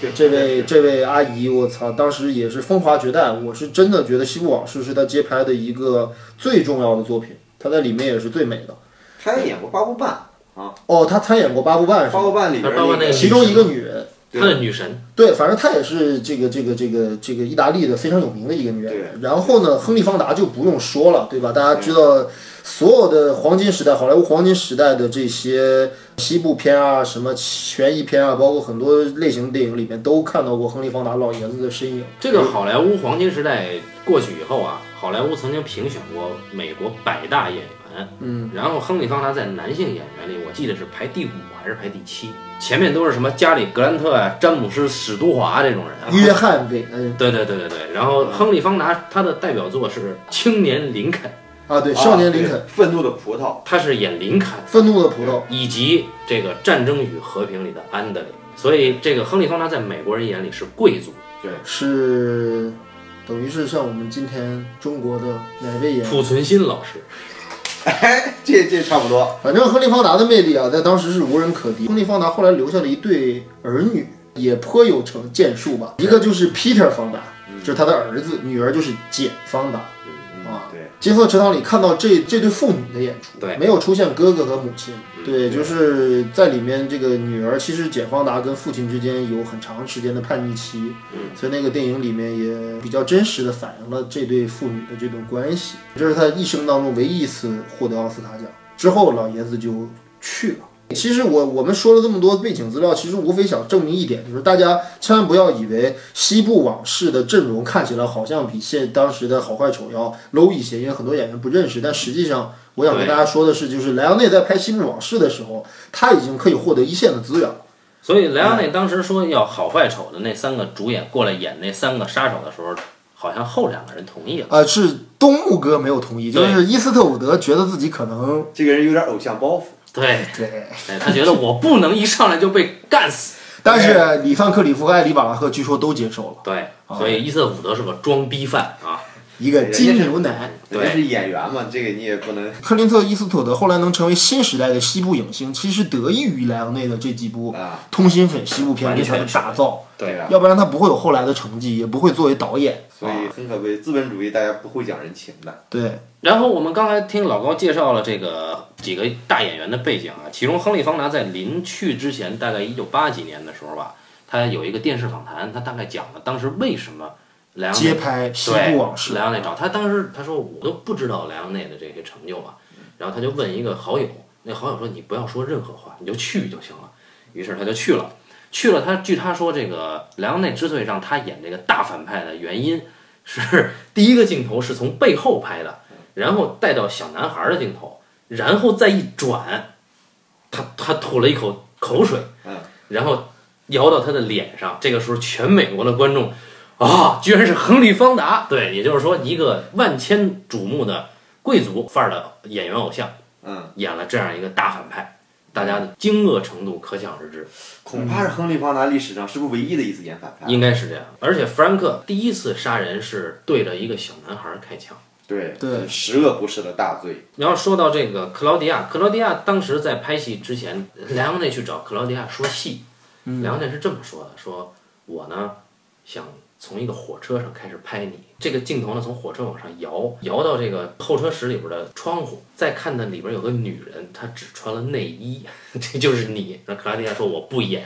[SPEAKER 2] 对
[SPEAKER 3] 这位这位阿姨，我操，当时也是风华绝代。我是真的觉得《西部往事》是她接拍的一个最重要的作品，她在里面也是最美的。
[SPEAKER 2] 他也演过八部半啊，
[SPEAKER 3] 哦，她参演过八部半，是
[SPEAKER 2] 八
[SPEAKER 3] 吧
[SPEAKER 2] 部半里边
[SPEAKER 1] 八部半那
[SPEAKER 2] 那
[SPEAKER 1] 个
[SPEAKER 3] 其中一个女人。
[SPEAKER 1] 他的女神，
[SPEAKER 3] 对，反正她也是这个这个这个这个意大利的非常有名的一个女演员。
[SPEAKER 2] 对
[SPEAKER 3] 然后呢，亨利·方达就不用说了，对吧？大家知道，所有的黄金时代，好莱坞黄金时代的这些西部片啊、什么悬疑片啊，包括很多类型电影里面都看到过亨利·方达老爷子的身影。
[SPEAKER 1] 这个好莱坞黄金时代过去以后啊，好莱坞曾经评选过美国百大演员。
[SPEAKER 3] 嗯，
[SPEAKER 1] 然后亨利·康纳在男性演员里，我记得是排第五还是排第七，前面都是什么加里·格兰特啊、詹姆斯·史都华这种人啊。
[SPEAKER 3] 约翰韦恩
[SPEAKER 1] 对对对对对，然后亨利·方达他的代表作是《青年林肯》，
[SPEAKER 3] 啊，对，
[SPEAKER 2] 啊
[SPEAKER 3] 少年林肯，
[SPEAKER 2] 对愤怒的葡 萄，
[SPEAKER 1] 他是演林肯，
[SPEAKER 3] 愤怒的葡萄，
[SPEAKER 1] 以及这个《战争与和平》里的安德烈。所以这个亨利·方达在美国人眼里是贵族，
[SPEAKER 3] 是等于是像我们今天中国的哪位演员？
[SPEAKER 1] 濮存昕老师。
[SPEAKER 2] 哎，这这差不多。
[SPEAKER 3] 反正亨利·方达的魅力啊，在当时是无人可敌。亨利·方达后来留下了一对儿女，也颇有成建树吧。一个就是 Peter 方达，就是他的儿子，女儿就是简方达。啊，
[SPEAKER 2] 嗯对，
[SPEAKER 3] 金色池塘里看到这这对父女的演出，
[SPEAKER 1] 对嗯
[SPEAKER 3] 没有出现哥哥和母亲，对，就是在里面这个女儿，其实简方达跟父亲之间有很长时间的叛逆期，
[SPEAKER 1] 嗯
[SPEAKER 3] 所以那个电影里面也比较真实的反映了这对父女的这段关系，这是他一生当中唯一一次获得奥斯卡奖，之后老爷子就去了。其实我我们说了这么多背景资料，其实无非想证明一点，就是大家千万不要以为西部往事的阵容看起来好像比现当时的好坏丑要 low 一些，因为很多演员不认识。但实际上，我想跟
[SPEAKER 1] 对
[SPEAKER 3] 大家说的是，就是莱昂内在拍西部往事的时候，他已经可以获得一线的资源。
[SPEAKER 1] 所以莱昂内当时说要好坏丑的那三个主演过来演那三个杀手的时候，好像后两个人同意了。
[SPEAKER 3] 呃，是东木哥没有同意，就是伊斯特伍德觉得自己可能
[SPEAKER 2] 这个人有点偶像包袱。
[SPEAKER 1] 对，
[SPEAKER 3] 对，
[SPEAKER 1] 哎他觉得我不能一上来就被干死。
[SPEAKER 3] 但是里范克里夫和埃里瓦拉赫据说都接受了
[SPEAKER 1] 对，所以伊瑟伍德是个装逼犯啊。
[SPEAKER 3] 一个金牛男。
[SPEAKER 1] 对
[SPEAKER 2] 人家是演员嘛，这个你也不能。
[SPEAKER 3] 克林特·伊斯特德后来能成为新时代的西部影星，其实得益于莱昂内的这几部
[SPEAKER 2] 啊
[SPEAKER 3] 通心粉西部片
[SPEAKER 1] 完
[SPEAKER 3] 对
[SPEAKER 1] 全
[SPEAKER 3] 他的打造，
[SPEAKER 2] 对啊，
[SPEAKER 3] 要不然他不会有后来的成绩，也不会作为导演。
[SPEAKER 2] 所以很可悲，资本主义大家不会讲人情的。
[SPEAKER 3] 对，
[SPEAKER 1] 然后我们刚才听老高介绍了这个几个大演员的背景啊，其中亨利·方达在临去之前，大概一九八几年的时候吧，他有一个电视访谈，他大概讲了当时为什么莱昂内
[SPEAKER 3] 街拍《西
[SPEAKER 1] 对，
[SPEAKER 3] 部往事
[SPEAKER 1] 莱》昂内找他，当时他说我都不知道莱昂内的这些成就啊，
[SPEAKER 3] 嗯
[SPEAKER 1] 然后他就问一个好友，那好友说你不要说任何话，你就去就行了。于是他就去了，去了他。据他说，这个莱昂内之所以让他演这个大反派的原因是， 第一个镜头是从背后拍的，然后带到小男孩的镜头，然后再一转，他他吐了一口口水，
[SPEAKER 2] 嗯，
[SPEAKER 1] 然后摇到他的脸上。这个时候，全美国的观众啊，居然是亨利·方达。对，也就是说，一个万千瞩目的贵族范儿的演员偶像，
[SPEAKER 2] 嗯，
[SPEAKER 1] 演了这样一个大反派，大家的惊愕程度可想而知，
[SPEAKER 2] 恐怕是亨利·方达历史上是不是唯一的一次演反派？
[SPEAKER 1] 应该是这样。而且弗兰克第一次杀人是对着一个小男孩开枪。
[SPEAKER 2] 对
[SPEAKER 3] 对
[SPEAKER 2] 十恶不赦的大罪。
[SPEAKER 1] 然后说到这个克劳迪亚，克劳迪亚当时在拍戏之前，莱昂内去找克劳迪亚说戏，莱昂内是这么说的：说我呢想从一个火车上开始拍你，这个镜头呢从火车往上摇，摇到这个候车室里边的窗户，再看到里边有个女人，她只穿了内衣， 这就是你。那克劳迪亚说我不演，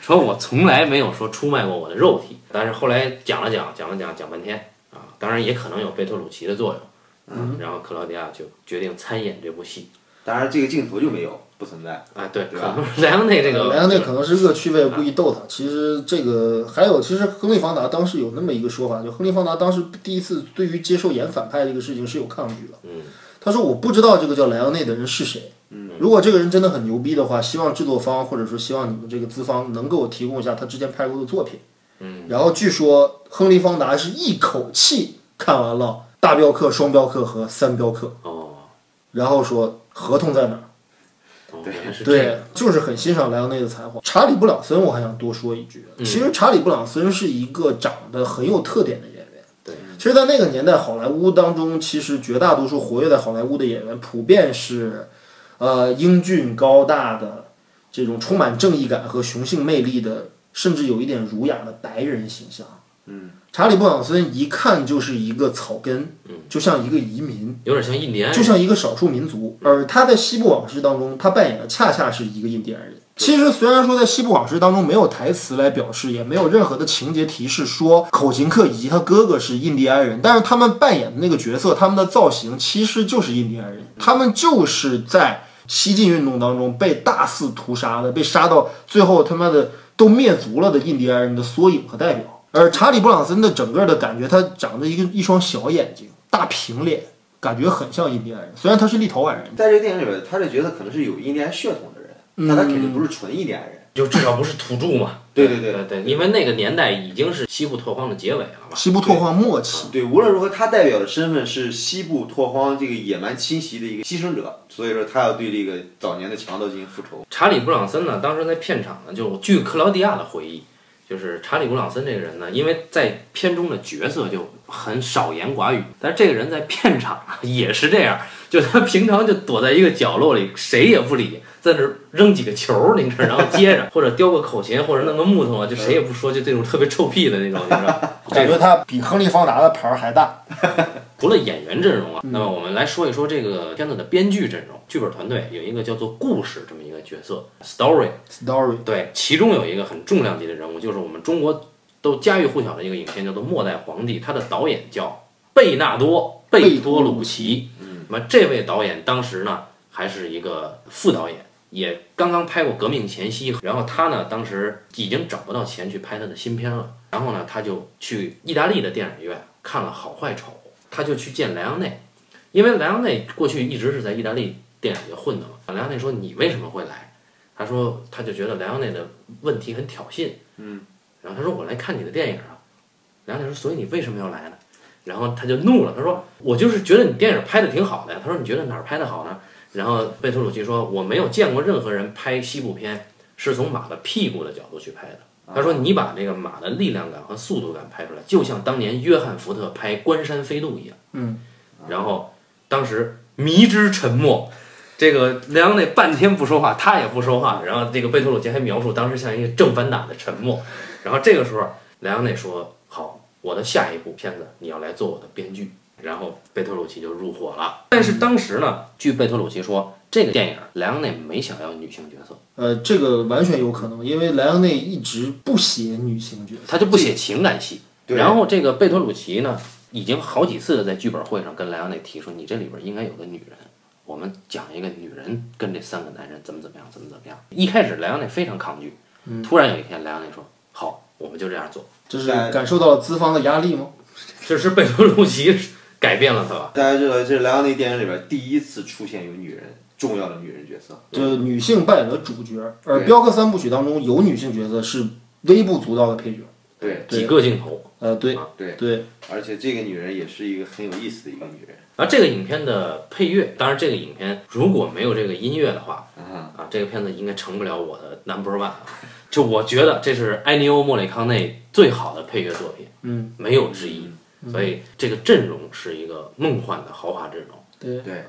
[SPEAKER 1] 说我从来没有说出卖过我的肉体，但是后来讲了讲，讲了讲，讲半天啊，当然也可能有贝托鲁奇的作用。嗯，然后克劳迪亚就决定参演这部戏
[SPEAKER 2] 当然，这个镜头就没有，不存在。
[SPEAKER 1] 啊，对，可
[SPEAKER 2] 对吧
[SPEAKER 1] 能莱昂内这个
[SPEAKER 3] 莱昂内可能是恶趣味，故意逗他。其实这个还有，其实亨利·方达当时有那么一个说法，就亨利·方达当时第一次对于接受演反派这个事情是有抗拒的。
[SPEAKER 1] 嗯，
[SPEAKER 3] 他说我不知道这个叫莱昂内的人是谁。嗯，如果这个人真的很牛逼的话，希望制作方或者说希望你们这个资方能给我提供一下他之前拍过的作品。嗯，然后据说亨利·方达是一口气看完了《大镖客》《双镖客》和《三镖客》，
[SPEAKER 1] 哦，
[SPEAKER 3] 然后说合同在哪儿？
[SPEAKER 1] 哦原来是这样，
[SPEAKER 3] 对，就是很欣赏莱昂内的才华。查理·布朗森，我还想多说一句，其实查理·布朗森是一个长得很有特点的演员。
[SPEAKER 1] 对，
[SPEAKER 3] 其实，在那个年代，好莱坞当中，其实绝大多数活跃在好莱坞的演员，普遍是，呃，英俊高大的，这种充满正义感和雄性魅力的，甚至有一点儒雅的白人形象。嗯，查理·布朗森一看就是一个草根，就像一个移民。
[SPEAKER 1] 有点像印第安人
[SPEAKER 3] 就像一个少数民族。而他在《西部往事》当中，他扮演的恰恰是一个印第安人。其实虽然说在《西部往事》当中没有台词来表示，也没有任何的情节提示说口琴克以及他哥哥是印第安人，但是他们扮演的那个角色，他们的造型其实就是印第安人，他们就是在西进运动当中被大肆屠杀的，被杀到最后他妈的都灭族了的印第安人的缩影和代表。而查理·布朗森的整个的感觉，他长着一个一双小眼睛，大平脸，感觉很像印第安人，虽然他是立陶宛人。
[SPEAKER 2] 在这个电影里边，他这角色可能是有印第安血统的人，但他肯定不是纯印第安人。
[SPEAKER 4] 就至少不是土著嘛。
[SPEAKER 2] 对
[SPEAKER 1] 对
[SPEAKER 2] 对对
[SPEAKER 1] 对，因为那个年代已经是西部拓荒的结尾了嘛。
[SPEAKER 3] 西部拓荒末期，
[SPEAKER 2] 对，无论如何，他代表的身份是西部拓荒这个野蛮侵袭的一个牺牲者，所以说他要对这个早年的强盗进行复仇。
[SPEAKER 1] 查理·布朗森呢，当时在片场呢，就据克劳迪亚的回忆，就是查理·布朗森这个人呢，因为在片中的角色就很少言寡语，但是这个人在片场啊 也是这样，就他平常就躲在一个角落里，谁也不理，在那儿扔几个球儿，你知道，然后接着，或 者叼个口琴，或者弄个木头啊，就谁也不说，就这种特别臭屁的那种，你知道。
[SPEAKER 3] 感觉他比亨利·方达的牌儿还大。
[SPEAKER 1] 除了演员阵容啊，那么我们来说一说这个片子的编剧阵容。剧本团队有一个叫做故事这么一个角色，story。
[SPEAKER 3] Story，
[SPEAKER 1] 对，其中有一个很重量级的人物，就是我们中国都家喻户晓的一个影片，叫做《末代皇帝》，他的导演叫贝纳多·贝多鲁奇。嗯，那么这位导演当时呢还是一个副导演，也刚刚拍过《革命前夕》，然后他呢当时已经找不到钱去拍他的新片了，然后呢他就去意大利的电影院看了《好坏丑》，他就去见莱昂内，因为莱昂内过去一直是在意大利电影界混的嘛。莱昂内说：“你为什么会来？”他说：“他就觉得莱昂内的问题很挑衅。”
[SPEAKER 2] 嗯，
[SPEAKER 1] 然后他说：“我来看你的电影啊。”莱昂内说：“所以你为什么要来呢？”然后他就怒了，他说：“我就是觉得你电影拍的挺好的呀。”他说：“你觉得哪儿拍的好呢？”然后贝托鲁奇说：“我没有见过任何人拍西部片是从马的屁股的角度去拍的。”他说：“你把这个马的力量感和速度感拍出来，就像当年约翰·福特拍《关山飞渡》一样。”
[SPEAKER 3] 嗯，
[SPEAKER 1] 然后当时迷之沉默，这个莱昂内半天不说话，他也不说话。然后这个贝托鲁杰还描述当时像一个正反打的沉默。然后这个时候，莱昂内说：“好，我的下一部片子你要来做我的编剧。”然后贝托鲁奇就入伙了。但是当时呢，据贝托鲁奇说，这个电影莱昂内没想要女性角色，
[SPEAKER 3] 呃，这个完全有可能，因为莱昂内一直不写女性角色。
[SPEAKER 1] 他就不写情感戏。
[SPEAKER 2] 对
[SPEAKER 1] 然后这个贝托鲁奇呢，已经好几次的在剧本会上跟莱昂内提出，你这里边应该有个女人，我们讲一个女人跟这三个男人怎么怎么样，怎么怎么样。一开始莱昂内非常抗拒，突然有一天莱昂内说：“好，我们就这样做。
[SPEAKER 3] 这是感受到了资方的压力吗？”
[SPEAKER 1] 这是贝托鲁奇改变了他吧？
[SPEAKER 2] 大家知道，这是莱昂内电影里边第一次出现有女人重要的女人角色。
[SPEAKER 3] 就是女性扮演了主角，而
[SPEAKER 2] 对
[SPEAKER 3] 《镖客三部曲》当中有女性角色是微不足道的配角。
[SPEAKER 2] 对
[SPEAKER 3] 对
[SPEAKER 1] 几个镜头。
[SPEAKER 3] 呃，对
[SPEAKER 2] 对，
[SPEAKER 3] 对，
[SPEAKER 2] 而且这个女人也是一个很有意思的一个女人。
[SPEAKER 1] 然后这个影片的配乐，当然这个影片如果没有这个音乐的话，
[SPEAKER 2] 啊，
[SPEAKER 1] 啊，这个片子应该成不了我的 number one 啊。就我觉得这是埃尼欧·莫里康内最好的配乐作品，
[SPEAKER 3] 嗯，
[SPEAKER 1] 没有之一。
[SPEAKER 2] 嗯
[SPEAKER 1] 所以这个阵容是一个梦幻的豪华阵容，啊
[SPEAKER 3] 对，
[SPEAKER 2] 对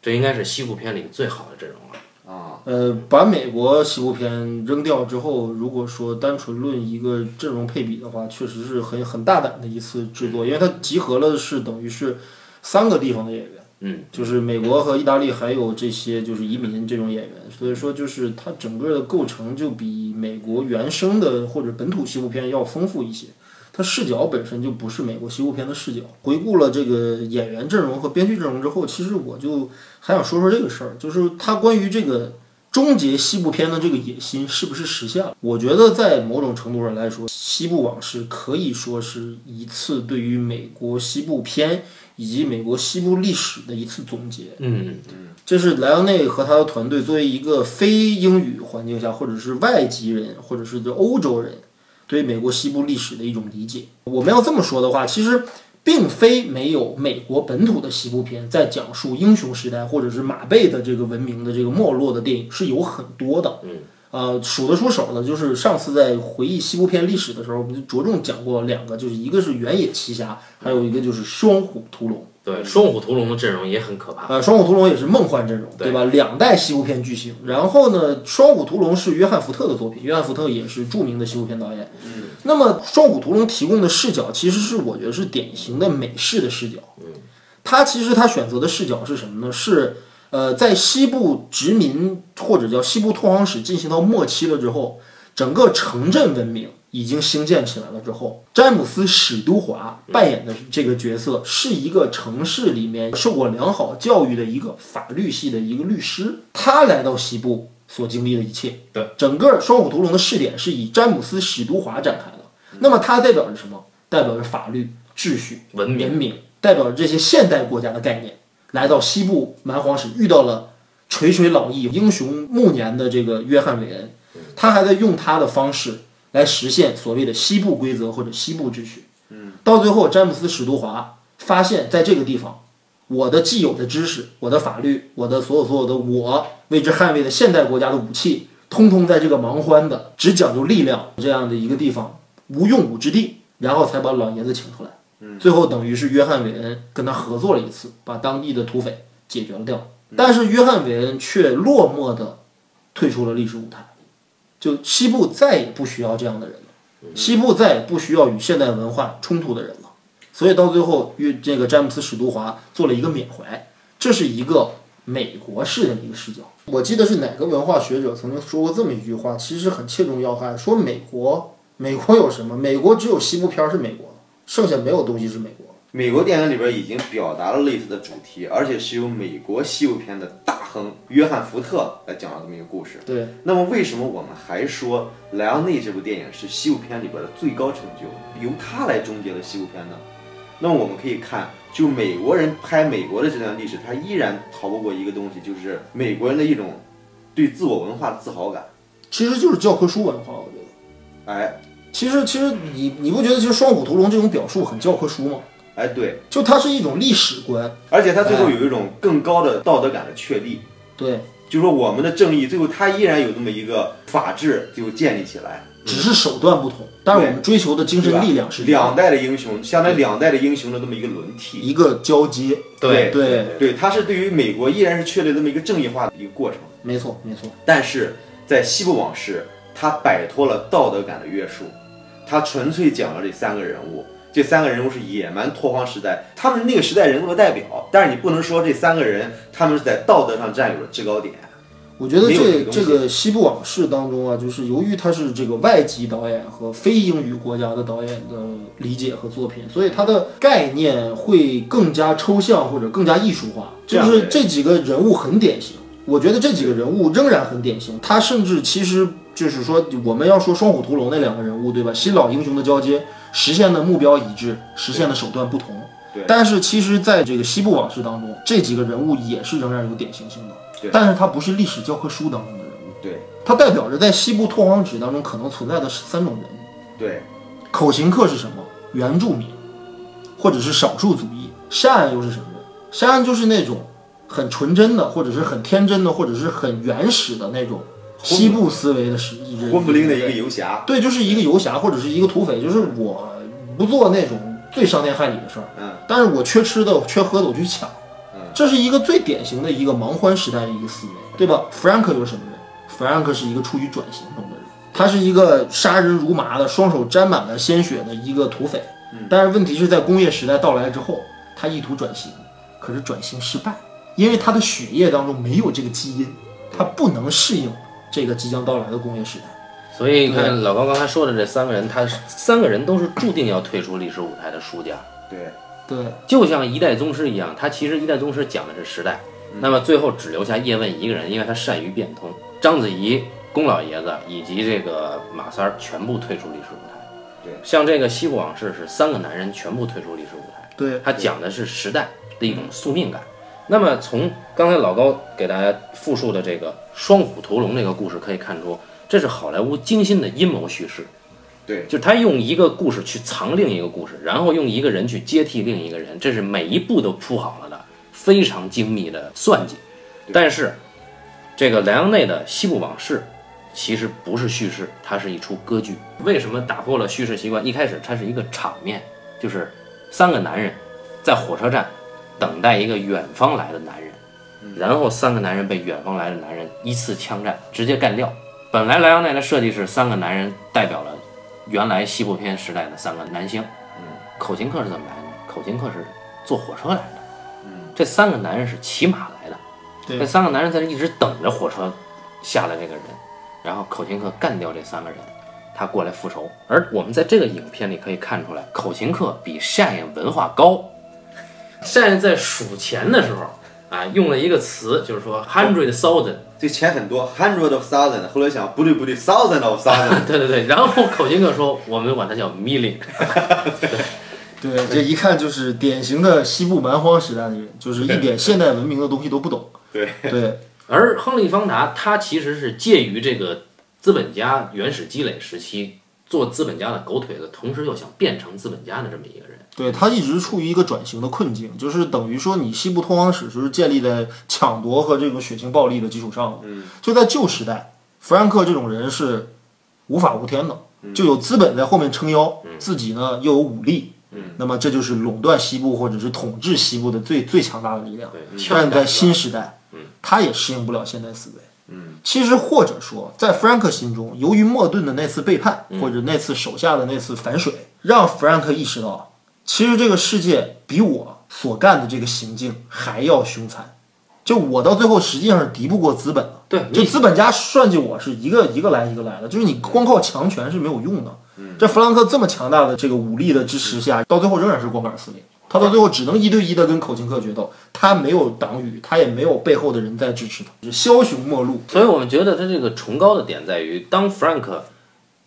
[SPEAKER 1] 这应该是西部片里最好的阵容了。
[SPEAKER 2] 啊，
[SPEAKER 3] 呃，把美国西部片扔掉之后，如果说单纯论一个阵容配比的话，确实是很很大胆的一次制作，因为它集合了是等于是三个地方的演员，
[SPEAKER 1] 嗯，
[SPEAKER 3] 就是美国和意大利还有这些就是移民这种演员，所以说就是它整个的构成就比美国原生的或者本土西部片要丰富一些。它视角本身就不是美国西部片的视角。回顾了这个演员阵容和编剧阵容之后，其实我就还想说说这个事儿，就是它关于这个终结西部片的这个野心是不是实现了？我觉得在某种程度上来说，《西部往事》可以说是一次对于美国西部片以及美国西部历史的一次总结。
[SPEAKER 1] 嗯，
[SPEAKER 3] 这是莱昂内和他的团队作为一个非英语环境下，或者是外籍人，或者是这欧洲人，对美国西部历史的一种理解。我们要这么说的话，其实并非没有美国本土的西部片在讲述英雄时代或者是马背的这个文明的这个没落的电影是有很多的。
[SPEAKER 1] 嗯。
[SPEAKER 3] 呃，数得出手的，就是上次在回忆西部片历史的时候，我们就着重讲过两个，就是一个是《原野奇侠》，还有一个就是《双虎屠龙》。
[SPEAKER 1] 对，双虎屠龙的阵容也很可怕。
[SPEAKER 3] 呃，双虎屠龙也是梦幻阵容，
[SPEAKER 1] 对
[SPEAKER 3] 对吧？两代西部片巨星。然后呢，双虎屠龙是约翰福特的作品，约翰福特也是著名的西部片导演。嗯，那么双虎屠龙提供的视角其实是我觉得是典型的美式的视角。嗯，他其实他选择的视角是什么呢？是呃，在西部殖民或者叫西部拓荒史进行到末期了之后，整个城镇文明已经兴建起来了之后，詹姆斯·史都华扮演的这个角色是一个城市里面受过良好教育的一个法律系的一个律师，他来到西部所经历的一切。
[SPEAKER 1] 对，
[SPEAKER 3] 整个《双虎屠龙》的试点是以詹姆斯·
[SPEAKER 1] 嗯
[SPEAKER 3] 史都华展开的。那么它代表着什么？代表着法律、秩序、
[SPEAKER 1] 文明
[SPEAKER 3] 明。代表着这些现代国家的概念，来到西部蛮荒时遇到了垂垂老矣、英雄暮年的这个约翰·韦恩，
[SPEAKER 1] 嗯
[SPEAKER 3] 他还在用他的方式来实现所谓的西部规则或者西部秩序。嗯，到最后，詹姆斯·史都华发现，在这个地方，我的既有的知识、我的法律、我的所有所有的我为之捍卫的现代国家的武器，通通在这个蛮荒的只讲究力量这样的一个地方无用武之地，然后才把老爷子请出来。最后等于是约翰·韦恩跟他合作了一次，把当地的土匪解决了掉。但是约翰·韦恩却落寞的退出了历史舞台，就西部再也不需要这样的人了，西部再也不需要与现代文化冲突的人了。所以到最后，约这个詹姆斯·史都华做了一个缅怀，这是一个美国式的一个视角。我记得是哪个文化学者曾经说过这么一句话，其实很切中要害，说美国，美国有什么？美国只有西部片儿是美国的，剩下没有东西是美国的。
[SPEAKER 2] 美国电影里边已经表达了类似的主题，而且是由美国西部片的大亨约翰·福特来讲了这么一个故事。
[SPEAKER 3] 对，
[SPEAKER 2] 那么为什么我们还说《莱昂内》这部电影是西部片里边的最高成就，由它来终结了西部片呢？那么我们可以看，就美国人拍美国的这段历史，他依然逃不过一个东西，就是美国人的一种对自我文化的自豪感。
[SPEAKER 3] 其实就是教科书文化，我觉得。
[SPEAKER 2] 哎
[SPEAKER 3] 其实，其实你你不觉得其实双虎屠龙这种表述很教科书吗？
[SPEAKER 2] 哎，对，
[SPEAKER 3] 就它是一种历史观，
[SPEAKER 2] 而且他最后有一种更高的道德感的确立。
[SPEAKER 3] 对，
[SPEAKER 2] 就说我们的正义，最后它依然有那么一个法治就建立起来。
[SPEAKER 3] 只是手段不同，但是我们追求的精
[SPEAKER 2] 对
[SPEAKER 3] 神
[SPEAKER 2] 吧
[SPEAKER 3] 力量是一样
[SPEAKER 2] 两代的英雄，相当于两代的英雄的这么一个轮替。
[SPEAKER 3] 一个交接。
[SPEAKER 2] 对
[SPEAKER 3] 对，
[SPEAKER 2] 对，它是对于美国依然是确立这么一个正义化的一个过程。
[SPEAKER 3] 没错，没错，
[SPEAKER 2] 但是在《西部往事》，它摆脱了道德感的约束，它纯粹讲了这三个人物。这三个人物是野蛮拓荒时代，他们是那个时代人物的代表，但是你不能说这三个人他们是在道德上占有了制高点。
[SPEAKER 3] 我觉得
[SPEAKER 2] 没有这
[SPEAKER 3] 这
[SPEAKER 2] 个东西
[SPEAKER 3] 这个《西部往事》当中啊，就是由于它是这个外籍导演和非英语国家的导演的理解和作品，所以它的概念会更加抽象或者更加艺术化。
[SPEAKER 2] 这
[SPEAKER 3] 就
[SPEAKER 2] 样
[SPEAKER 3] 是
[SPEAKER 2] 对
[SPEAKER 3] 这几个人物很典型，我觉得这几个人物仍然很典型。他甚至其实就是说，我们要说双虎屠龙那两个人物，对吧？新老英雄的交接，实现的目标一致，实现的手段不同。
[SPEAKER 2] 对
[SPEAKER 3] 但是其实，在这个《西部往事》当中，这几个人物也是仍然有典型性的
[SPEAKER 2] 对，
[SPEAKER 3] 但是他不是历史教科书当中的人物，
[SPEAKER 2] 对
[SPEAKER 3] 它代表着在西部拓荒史当中可能存在的三种人：
[SPEAKER 2] 对，
[SPEAKER 3] 口型客是什么？原住民，或者是少数族裔。夏岸又是什么人？夏岸就是那种很纯真的，或者是很天真的，或者是很原始的那种西部思维的史人
[SPEAKER 2] 混不吝的一个游侠。
[SPEAKER 3] 对，就是一个游侠或者是一个土匪，就是我不做那种最伤天害理的事儿，
[SPEAKER 2] 嗯，
[SPEAKER 3] 但是我缺吃的、缺喝的，我去抢，
[SPEAKER 2] 嗯
[SPEAKER 3] 这是一个最典型的一个蛮荒时代的一个思维，对吧？Frank 又是什么人？Frank 是一个处于转型中的人，他是一个杀人如麻的、双手沾满了鲜血的一个土匪，但是问题是在工业时代到来之后，他意图转型，可是转型失败，因为他的血液当中没有这个基因，他不能适应这个即将到来的工业时代。
[SPEAKER 1] 所以你看老高刚才说的这三个人，他是三个人都是注定要退出历史舞台的输家，
[SPEAKER 2] 对
[SPEAKER 3] 对，
[SPEAKER 1] 就像一代宗师一样，他其实一代宗师讲的是时代，那么最后只留下叶问一个人，因为他善于变通。章子怡、宫老爷子以及这个马三儿全部退出历史舞台。
[SPEAKER 2] 对
[SPEAKER 1] 像这个《西部往事》是三个男人全部退出历史舞台。
[SPEAKER 3] 对，
[SPEAKER 1] 它讲的是时代的一种宿命感。那么从刚才老高给大家复述的这个《双虎屠龙》这个故事可以看出，这是好莱坞精心的阴谋叙事。
[SPEAKER 2] 对，
[SPEAKER 1] 就是他用一个故事去藏另一个故事，然后用一个人去接替另一个人，这是每一步都铺好了的，非常精密的算计。但是，这个莱昂内的《西部往事》其实不是叙事，它是一出歌剧。为什么打破了叙事习惯？一开始它是一个场面，就是三个男人在火车站等待一个远方来的男人，然后三个男人被远方来的男人依次枪战，直接干掉。本来莱昂内的设计是三个男人代表了原来西部片时代的三个男星。嗯，口琴客是怎么来的呢？口琴客是坐火车来的。嗯，这三个男人是骑马来的。
[SPEAKER 3] 对
[SPEAKER 1] 这三个男人在这一直等着火车下来这个人，然后口琴客干掉这三个人，他过来复仇。而我们在这个影片里可以看出来，口琴客比夏衍文化高。夏衍在数钱的时候啊，用了一个词，就是说 hundred thousand。
[SPEAKER 2] 这钱很多，hundred of thousand。后来想，不对不对，thousand of thousand。
[SPEAKER 1] 对对对，然后口琴哥说，我们管它叫 million，
[SPEAKER 3] 对，这一看就是典型的西部蛮荒时代的人，就是一点现代文明的东西都不懂。
[SPEAKER 2] 对
[SPEAKER 3] 对，
[SPEAKER 1] 而亨利·方达他其实是介于这个资本家原始积累时期做资本家的狗腿子，同时又想变成资本家的这么一个人。
[SPEAKER 3] 对他一直处于一个转型的困境，就是等于说你西部拓荒史就是建立在抢夺和这个血腥暴力的基础上的。
[SPEAKER 2] 嗯，
[SPEAKER 3] 就在旧时代，弗兰克这种人是无法无天的，就有资本在后面撑腰，自己呢又有武力。那么这就是垄断西部或者是统治西部的最最强大的力量。
[SPEAKER 1] 对，
[SPEAKER 3] 但
[SPEAKER 1] 枪
[SPEAKER 3] 在
[SPEAKER 1] 杆
[SPEAKER 3] 新时代，他也适应不了现代思维。其实或者说，在弗兰克心中，由于莫顿的那次背叛，或者那次手下的那次反水，让弗兰克意识到，其实这个世界比我所干的这个行径还要凶残。就我到最后实际上是敌不过资本的，
[SPEAKER 1] 对
[SPEAKER 3] 就资本家算计我是一个一个来一个来的，就是你光靠强权是没有用的。这弗兰克这么强大的这个武力的支持下，到最后仍然是光杆司令，他到最后只能一对一的跟口琴克决斗，他没有党羽，他也没有背后的人在支持他，就是枭雄末路。
[SPEAKER 1] 所以我们觉得他这个崇高的点在于，当 Frank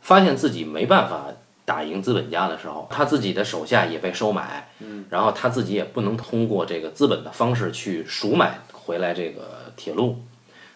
[SPEAKER 1] 发现自己没办法打赢资本家的时候，他自己的手下也被收买，嗯，然后他自己也不能通过这个资本的方式去赎买回来这个铁路，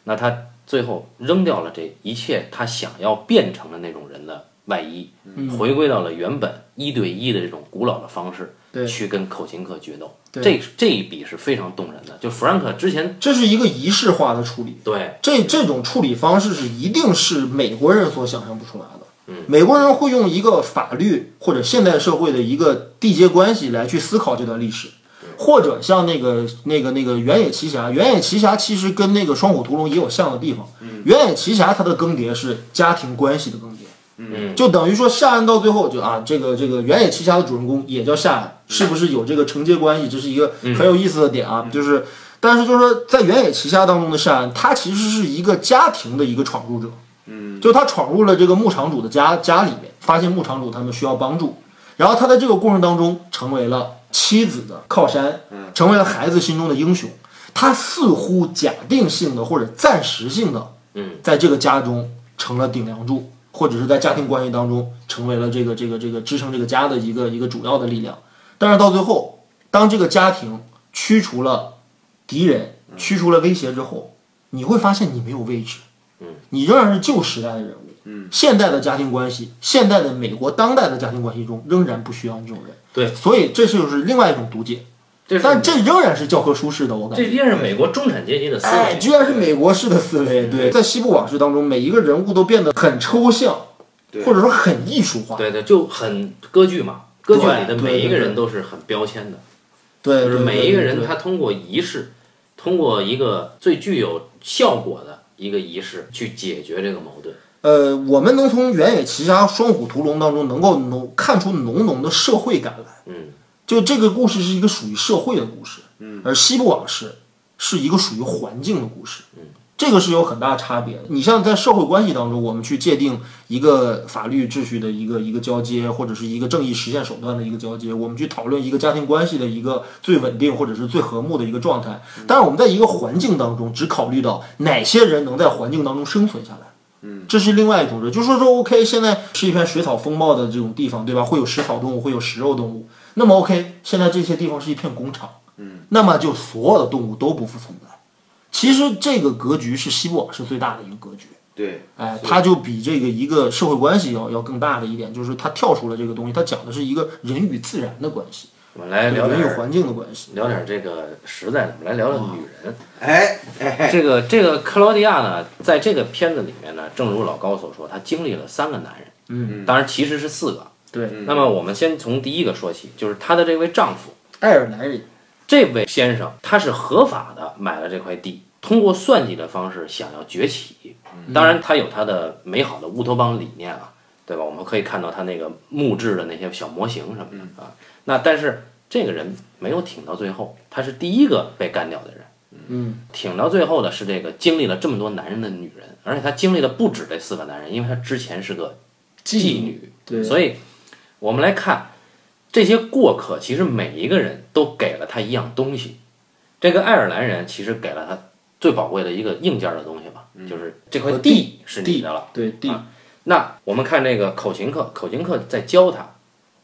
[SPEAKER 1] 那他最后扔掉了这一切他想要变成的那种人的外衣，
[SPEAKER 3] 嗯
[SPEAKER 1] 回归到了原本一对一的这种古老的方式，
[SPEAKER 3] 对
[SPEAKER 1] 去跟口琴克决斗，
[SPEAKER 3] 对
[SPEAKER 1] 这这一笔是非常动人的。就 Frank 之前
[SPEAKER 3] 这是一个仪式化的处理，
[SPEAKER 1] 对
[SPEAKER 3] 这这种处理方式是一定是美国人所想象不出来的。美国人会用一个法律或者现代社会的一个缔结关系来去思考这段历史，或者像那个那个那个《原野奇侠》，《原野奇侠》其实跟那个《双虎屠龙》也有像的地方，《原野奇侠》它的更迭是家庭关系的更迭。
[SPEAKER 1] 嗯
[SPEAKER 3] 就等于说夏安到最后就啊，这个这个《原野奇侠》的主人公也叫夏安，是不是有这个承接关系？这是一个很有意思的点啊，就是。但是就是说，在《原野奇侠》当中的夏安，他其实是一个家庭的一个闯入者，嗯，就他闯入了这个牧场主的家家里面，发现牧场主他们需要帮助，然后他在这个过程当中成为了妻子的靠山，成为了孩子心中的英雄。他似乎假定性的或者暂时性的，
[SPEAKER 1] 嗯，
[SPEAKER 3] 在这个家中成了顶梁柱，或者是在家庭关系当中成为了这个这个这个支撑这个家的一个一个主要的力量。但是到最后，当这个家庭驱除了敌人、
[SPEAKER 1] 嗯
[SPEAKER 3] 驱除了威胁之后，你会发现你没有位置，嗯，你仍然是旧时代的人物，嗯，现代的家庭关系，现代的美国当代的家庭关系中仍然不需要你这种人，
[SPEAKER 1] 对，
[SPEAKER 3] 所以这就是另外一种读解，
[SPEAKER 1] 这是
[SPEAKER 3] 但这仍然是教科书式的，我感觉。
[SPEAKER 1] 这便是美国中产阶级的思
[SPEAKER 3] 哎，
[SPEAKER 1] 维。
[SPEAKER 3] 居然是美国式的思维。对，在西部往事当中，每一个人物都变得很抽象，
[SPEAKER 2] 对
[SPEAKER 3] 或者说很艺术化。
[SPEAKER 1] 对对，就很歌剧嘛，歌剧里的
[SPEAKER 3] 对对
[SPEAKER 1] 每一个
[SPEAKER 3] 对对
[SPEAKER 1] 人都是很标签的，
[SPEAKER 3] 对，
[SPEAKER 1] 就是
[SPEAKER 3] 对
[SPEAKER 1] 每一个人
[SPEAKER 3] 对
[SPEAKER 1] 他通过仪式，通过一个最具有效果的一个仪式去解决这个矛盾。
[SPEAKER 3] 呃，我们能从《原野奇侠》《双虎屠龙》当中能够浓看出浓浓的社会感来。
[SPEAKER 1] 嗯，
[SPEAKER 3] 就这个故事是一个属于社会的故事，嗯，而《西部往事》是一个属于环境的故事，嗯，这个是有很大差别的。你像在社会关系当中，我们去界定一个法律秩序的一个一个交接，或者是一个正义实现手段的一个交接，我们去讨论一个家庭关系的一个最稳定或者是最和睦的一个状态。但是我们在一个环境当中，只考虑到哪些人能在环境当中生存下来。这是另外一种人，就说说 OK，现在是一片水草丰茂的这种地方，对吧？会有食草动物，会有食肉动物。那么 OK，现在这些地方是一片工厂，嗯，那么就所有的动物都不复存在。其实这个格局是西部往事最大的一个格局，
[SPEAKER 2] 对，
[SPEAKER 3] 哎，它就比这个一个社会关系要要更大的一点，就是它跳出了这个东西，它讲的是一个人与自然的关系，
[SPEAKER 1] 我们来聊
[SPEAKER 3] 人
[SPEAKER 1] 点
[SPEAKER 3] 与
[SPEAKER 1] 儿
[SPEAKER 3] 环境的关系。
[SPEAKER 1] 聊点儿这个实在的，我们来聊聊女人。
[SPEAKER 3] 啊
[SPEAKER 2] 哎哎，
[SPEAKER 1] 这个这个克劳迪亚呢，在这个片子里面呢，正如老高所说，她经历了三个男人，嗯，当然其实是四个。
[SPEAKER 3] 对，
[SPEAKER 1] 那么我们先从第一个说起，就是她的这位丈夫。
[SPEAKER 3] 爱尔兰人，
[SPEAKER 1] 这位先生他是合法的买了这块地，通过算计的方式想要崛起。当然，他有他的美好的乌托邦理念啊，对吧？我们可以看到他那个木质的那些小模型什么的啊。那但是这个人没有挺到最后，他是第一个被干掉的人。
[SPEAKER 3] 嗯，
[SPEAKER 1] 挺到最后的是这个经历了这么多男人的女人，而且她经历的不止这四个男人，因为她之前是个妓
[SPEAKER 3] 妓
[SPEAKER 1] 女，
[SPEAKER 3] 对
[SPEAKER 1] 所以我们来看这些过客，其实每一个人都给了他一样东西。这个爱尔兰人其实给了他最宝贵的一个硬件的东西吧，就是这块
[SPEAKER 3] 和
[SPEAKER 1] 地
[SPEAKER 3] 地
[SPEAKER 1] 是你
[SPEAKER 3] 地
[SPEAKER 1] 的了。
[SPEAKER 3] 对地，
[SPEAKER 1] 那我们看这个口琴课，口琴课在教他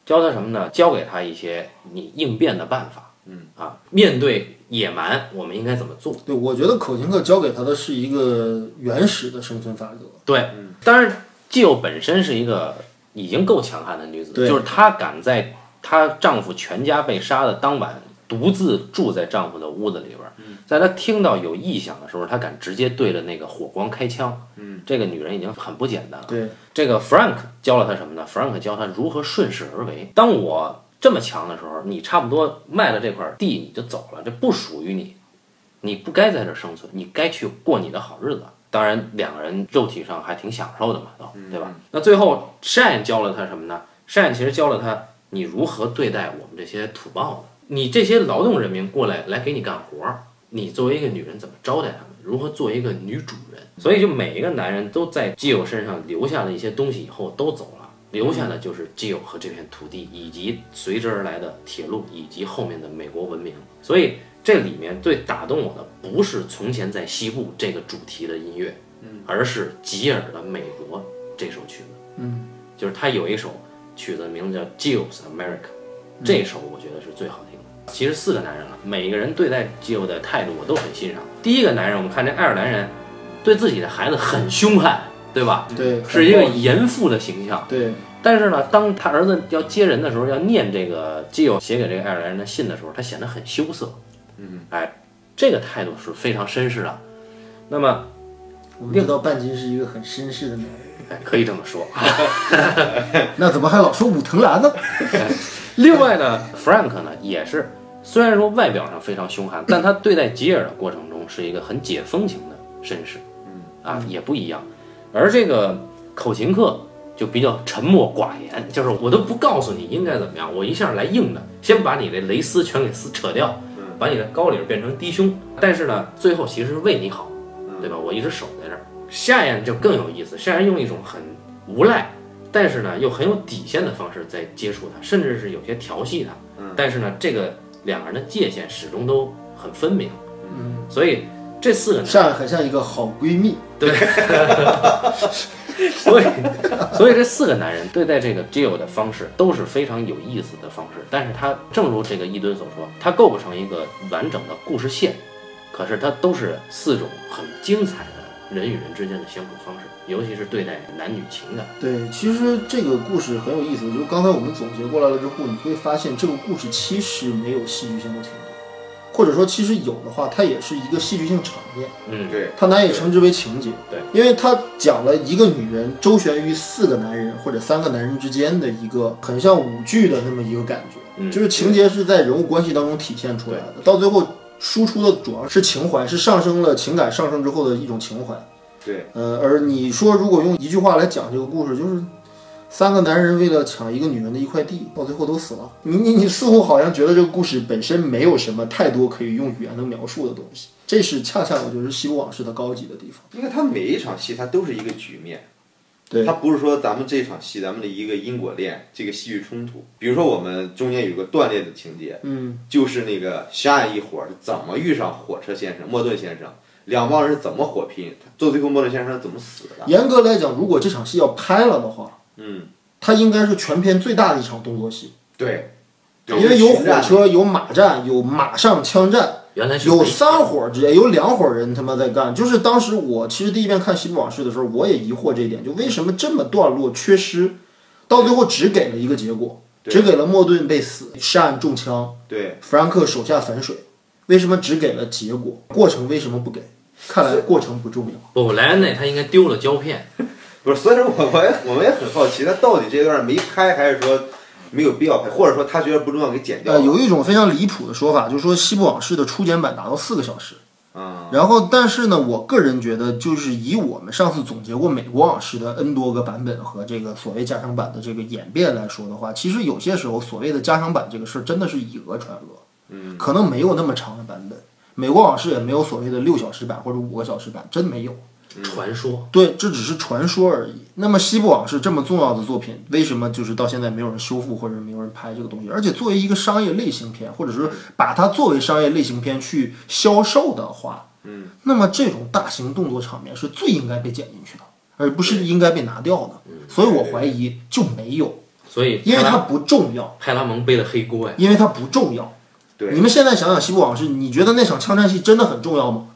[SPEAKER 1] 教他什么呢？教给他一些你应变的办法。嗯啊，面对野蛮，我们应该怎么做？
[SPEAKER 3] 对，我觉得口琴课教给他的是一个原始的生存法则。
[SPEAKER 1] 对，当然，季友本身是一个已经够强悍的女子，
[SPEAKER 3] 对
[SPEAKER 1] 就是她敢在她丈夫全家被杀的当晚，独自住在丈夫的屋子里边儿，在她听到有异响的时候，她敢直接对着那个火光开枪。嗯，这个女人已经很不简单了。
[SPEAKER 3] 对，
[SPEAKER 1] 这个 Frank 教了她什么呢？Frank 教她如何顺势而为。当我这么强的时候，你差不多卖了这块地你就走了，这不属于你，你不该在这儿生存，你该去过你的好日子。当然，两个人肉体上还挺享受的嘛，都对吧？那最后 Shine 教了她什么呢？Shine 其实教了她你如何对待我们这些土豹子，你这些劳动人民过来来给你干活儿，你作为一个女人怎么招待他们，如何做一个女主人。所以，就每一个男人都在基友身上留下了一些东西，以后都走了，留下的就是基友和这片土地，以及随之而来的铁路，以及后面的美国文明。所以，这里面最打动我的不是从前在西部这个主题的音乐，而是吉尔的《美国》这首曲子。嗯，就是他有一首曲子名字叫《Jill's America》，这首我觉得是最好听的。其实四个男人了，每个人对待 Jill 的态度我都很欣赏。第一个男人，我们看这爱尔兰人对自己的孩子很凶悍，对吧？
[SPEAKER 3] 对，
[SPEAKER 1] 是一个
[SPEAKER 3] 很暴力
[SPEAKER 1] 严父的形象。
[SPEAKER 3] 对
[SPEAKER 1] 但是呢，当他儿子要接人的时候，要念这个基友写给这个爱尔兰人的信的时候，他显得很羞涩。嗯，哎，这个态度是非常绅士的。那么，
[SPEAKER 3] 我们知道半斤是一个很绅士的男人，
[SPEAKER 1] 哎，可以这么说。
[SPEAKER 3] 那怎么还老说武藤兰呢？
[SPEAKER 1] 另外呢，Frank 呢也是，虽然说外表上非常凶悍，但他对待吉尔的过程中是一个很解风情的绅士，嗯啊也不一样。而这个口琴课就比较沉默寡言，就是我都不告诉你应该怎么样，我一下来硬的，先把你这蕾丝全给撕扯掉，把你的高领变成低胸，但是呢，最后其实是为你好，对吧？我一直守在这儿。夏燕就更有意思，夏燕用一种很无赖，但是呢又很有底线的方式在接触他，甚至是有些调戏他。
[SPEAKER 3] 嗯
[SPEAKER 1] 但是呢，这个两个人的界限始终都很分明。嗯，所以这四个男
[SPEAKER 3] 上海很像一个好闺蜜，
[SPEAKER 1] 所以，所以这四个男人对待这个 Jill 的方式都是非常有意思的方式，但是他正如这个伊敦所说，他构不成一个完整的故事线，可是他都是四种很精彩的人与人之间的相处方式，尤其是对待男女情感。
[SPEAKER 3] 对，其实这个故事很有意思，就是刚才我们总结过来了之后，你会发现这个故事其实没有戏剧性的情节，或者说其实有的话，它也是一个戏剧性场面，
[SPEAKER 1] 嗯，
[SPEAKER 2] 对，
[SPEAKER 3] 它难以称之为情节。
[SPEAKER 1] 对，
[SPEAKER 3] 因为它讲了一个女人周旋于四个男人或者三个男人之间的一个很像舞剧的那么一个感觉，
[SPEAKER 1] 嗯
[SPEAKER 3] 就是情节是在人物关系当中体现出来的，到最后输出的主要是情怀，是上升了情感上升之后的一种情怀。
[SPEAKER 2] 对，
[SPEAKER 3] 呃，而你说如果用一句话来讲这个故事，就是三个男人为了抢一个女人的一块地，到最后都死了。你你你似乎好像觉得这个故事本身没有什么太多可以用语言能描述的东西，这是恰恰我觉得是《西部往事》它高级的地方。
[SPEAKER 2] 因为他每一场戏，它都是一个局面，
[SPEAKER 3] 对
[SPEAKER 2] 它不是说咱们这场戏咱们的一个因果链，这个戏剧冲突。比如说我们中间有个断裂的情节，
[SPEAKER 3] 嗯，
[SPEAKER 2] 就是那个夏一伙儿是怎么遇上火车先生、莫顿先生，两帮人是怎么火拼，到最后莫顿先生是怎么死的？
[SPEAKER 3] 严格来讲，如果这场戏要拍了的话，
[SPEAKER 2] 嗯，
[SPEAKER 3] 它应该是全片最大的一场动作戏，
[SPEAKER 2] 对，
[SPEAKER 3] 因为有
[SPEAKER 2] 群战
[SPEAKER 3] 火车、有马战、有马上枪战，
[SPEAKER 1] 原来是
[SPEAKER 3] 有三伙儿之间，有两伙儿人他妈在干。就是当时我其实第一遍看《西部往事》的时候，我也疑惑这一点，就为什么这么段落缺失，到最后只给了一个结果，
[SPEAKER 2] 对
[SPEAKER 3] 只给了莫顿被死、善中枪、
[SPEAKER 2] 对，
[SPEAKER 3] 弗兰克手下反水，为什么只给了结果？过程为什么不给？看来过程不重要。
[SPEAKER 1] 不，莱恩内他应该丢了胶片，
[SPEAKER 2] 不是，所以说我我也我们也很好奇，他到底这段没拍，还是说没有必要拍，或者说他觉得不重要给剪掉
[SPEAKER 3] 呃，
[SPEAKER 2] 了？
[SPEAKER 3] 有一种非常离谱的说法，就是说《西部往事》的初剪版达到四个小时。
[SPEAKER 2] 啊，
[SPEAKER 3] 然后，但是呢，我个人觉得，就是以我们上次总结过美国往事的 N 多个版本和这个所谓加长版的这个演变来说的话，其实有些时候所谓的加长版这个事儿真的是以讹传讹，嗯，可能没有那么长的版本，美国往事也没有所谓的六小时版或者五个小时版，真没有。
[SPEAKER 1] 传说。
[SPEAKER 3] 对，这只是传说而已。那么《西部往事》这么重要的作品，为什么就是到现在没有人修复或者没有人拍这个东西？而且作为一个商业类型片，或者是把它作为商业类型片去销售的话，嗯，那么这种大型动作场面是
[SPEAKER 1] 嗯
[SPEAKER 3] 最应该被剪进去的，而不是应该被拿掉的。所以我怀疑就没有。
[SPEAKER 1] 所以
[SPEAKER 3] 因
[SPEAKER 1] 派
[SPEAKER 3] 为它
[SPEAKER 1] 拉
[SPEAKER 3] 不重要，
[SPEAKER 1] 派拉蒙背了黑锅呀。
[SPEAKER 3] 因为它不重要。
[SPEAKER 2] 对
[SPEAKER 3] 你们现在想想《西部往事》，你觉得那场枪战戏真的很重要吗？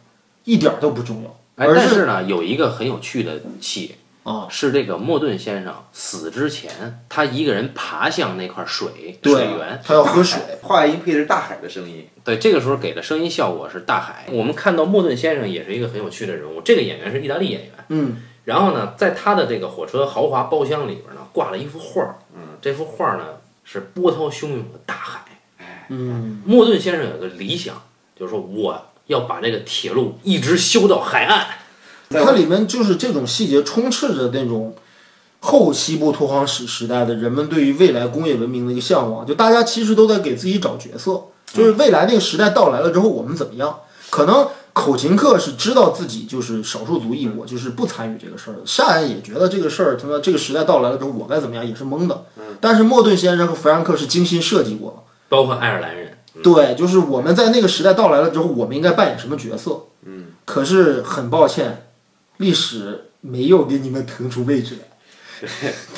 [SPEAKER 3] 一点儿都不重要，
[SPEAKER 1] 哎，
[SPEAKER 3] 而
[SPEAKER 1] 但
[SPEAKER 3] 是
[SPEAKER 1] 是呢，有一个很有趣的戏
[SPEAKER 3] 啊，
[SPEAKER 1] 是这个莫顿先生死之前，他一个人爬向那块水水
[SPEAKER 3] 对
[SPEAKER 1] 源，，
[SPEAKER 3] 他要 喝水，
[SPEAKER 2] 画外音配的是大海的声音，
[SPEAKER 1] 对，这个时候给的声音效果是大海。我们看到莫顿先生也是一个很有趣的人物，这个演员是意大利演员。
[SPEAKER 3] 嗯，
[SPEAKER 1] 然后呢，在他的这个火车豪华包厢里边呢，挂了一幅画儿。嗯，这幅画儿呢是波涛汹涌的大海。
[SPEAKER 3] 嗯，
[SPEAKER 1] 莫顿先生有个理想，就是说我要把这个铁路一直修到海岸。
[SPEAKER 2] 在
[SPEAKER 3] 它里面就是这种细节充斥着那种后西部拓荒史时代的人们对于未来工业文明的一个向往，就大家其实都在给自己找角色，就是未来那个时代到来了之后，我们怎么样？可能口琴课是知道自己就是少数族裔，我就是不参与这个事儿的。夏恩也觉得这个事儿，他妈这个时代到来了之后，我该怎么样也是懵的。但是莫顿先生和弗兰克是精心设计过的，
[SPEAKER 1] 包括爱尔兰人，
[SPEAKER 3] 对，就是我们在那个时代到来了之后，我们应该扮演什么角色？嗯，可是很抱歉，历史没有给你们腾出位置来。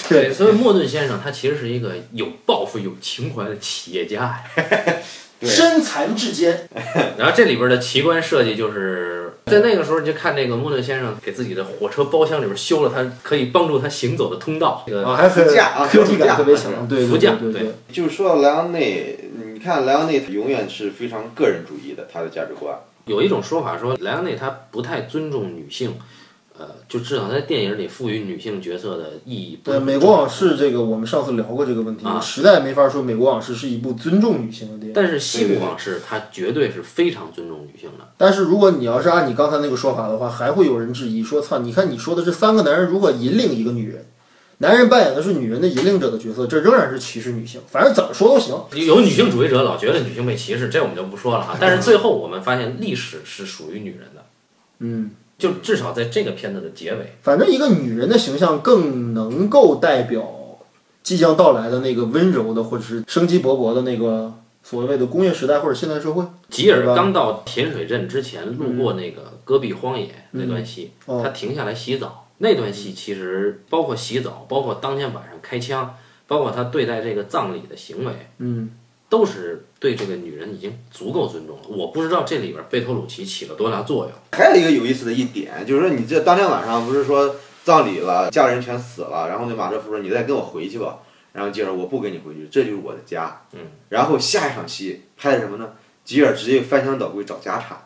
[SPEAKER 3] 对，
[SPEAKER 1] 所以莫顿先生他其实是一个有抱负、有情怀的企业家 呀。
[SPEAKER 2] 对
[SPEAKER 3] 身残志坚，
[SPEAKER 1] 然后这里边的奇观设计就是在那个时候，你就看这个莫顿先生给自己的火车包厢里边修了他可以帮助他行走的通道。这
[SPEAKER 3] 啊，
[SPEAKER 1] 个
[SPEAKER 3] 还很
[SPEAKER 2] 架啊
[SPEAKER 3] 科技感特别
[SPEAKER 2] 架
[SPEAKER 3] 强，对
[SPEAKER 1] 扶
[SPEAKER 3] 对
[SPEAKER 1] 架
[SPEAKER 3] 对对
[SPEAKER 1] 对
[SPEAKER 3] 对，
[SPEAKER 2] 就是说到莱昂内，你看莱昂内永远是非常个人主义的，他的价值观。
[SPEAKER 1] 有一种说法说莱昂内他不太尊重女性，呃，就至少在电影里赋予女性角色的意义不是很重。
[SPEAKER 3] 对美国往事这个我们上次聊过这个问题，
[SPEAKER 1] 嗯啊
[SPEAKER 3] 实在没法说美国往事是一部尊重女性的电影。
[SPEAKER 1] 但是西部往事他绝对是非常尊重女性的。
[SPEAKER 3] 但是如果你要是按你刚才那个说法的话，还会有人质疑说：“操，你看你说的这三个男人如何引领一个女人，男人扮演的是女人的引领者的角色，这仍然是歧视女性。反正怎么说都行。
[SPEAKER 1] 有女性主义者老觉得女性被歧视，这我们就不说 了哈。啊但是最后我们发现历史是属于女人的，
[SPEAKER 3] 嗯，
[SPEAKER 1] 就至少在这个片子的结尾，
[SPEAKER 3] 反正一个女人的形象更能够代表即将到来的那个温柔的，或者是生机勃勃的那个所谓的工业时代或者现代社会。
[SPEAKER 1] 吉尔
[SPEAKER 3] 对吧
[SPEAKER 1] 刚到甜水镇之前，路过那个戈壁荒野那段戏，
[SPEAKER 3] 哦
[SPEAKER 1] 他停下来洗澡。那段戏其实包括洗澡，包括当天晚上开枪，包括他对待这个葬礼的行为，
[SPEAKER 3] 嗯，
[SPEAKER 1] 都是对这个女人已经足够尊重了。我不知道这里边贝托鲁奇起了多大作用。
[SPEAKER 2] 还有一个有意思的一点，就是说你这当天晚上不是说葬礼了，家人全死了，然后那马车夫说你再跟我回去吧，然后吉尔我不跟你回去，这就是我的家。
[SPEAKER 1] 嗯，
[SPEAKER 2] 然后下一场戏拍的什么呢？吉尔直接翻箱倒柜找家产。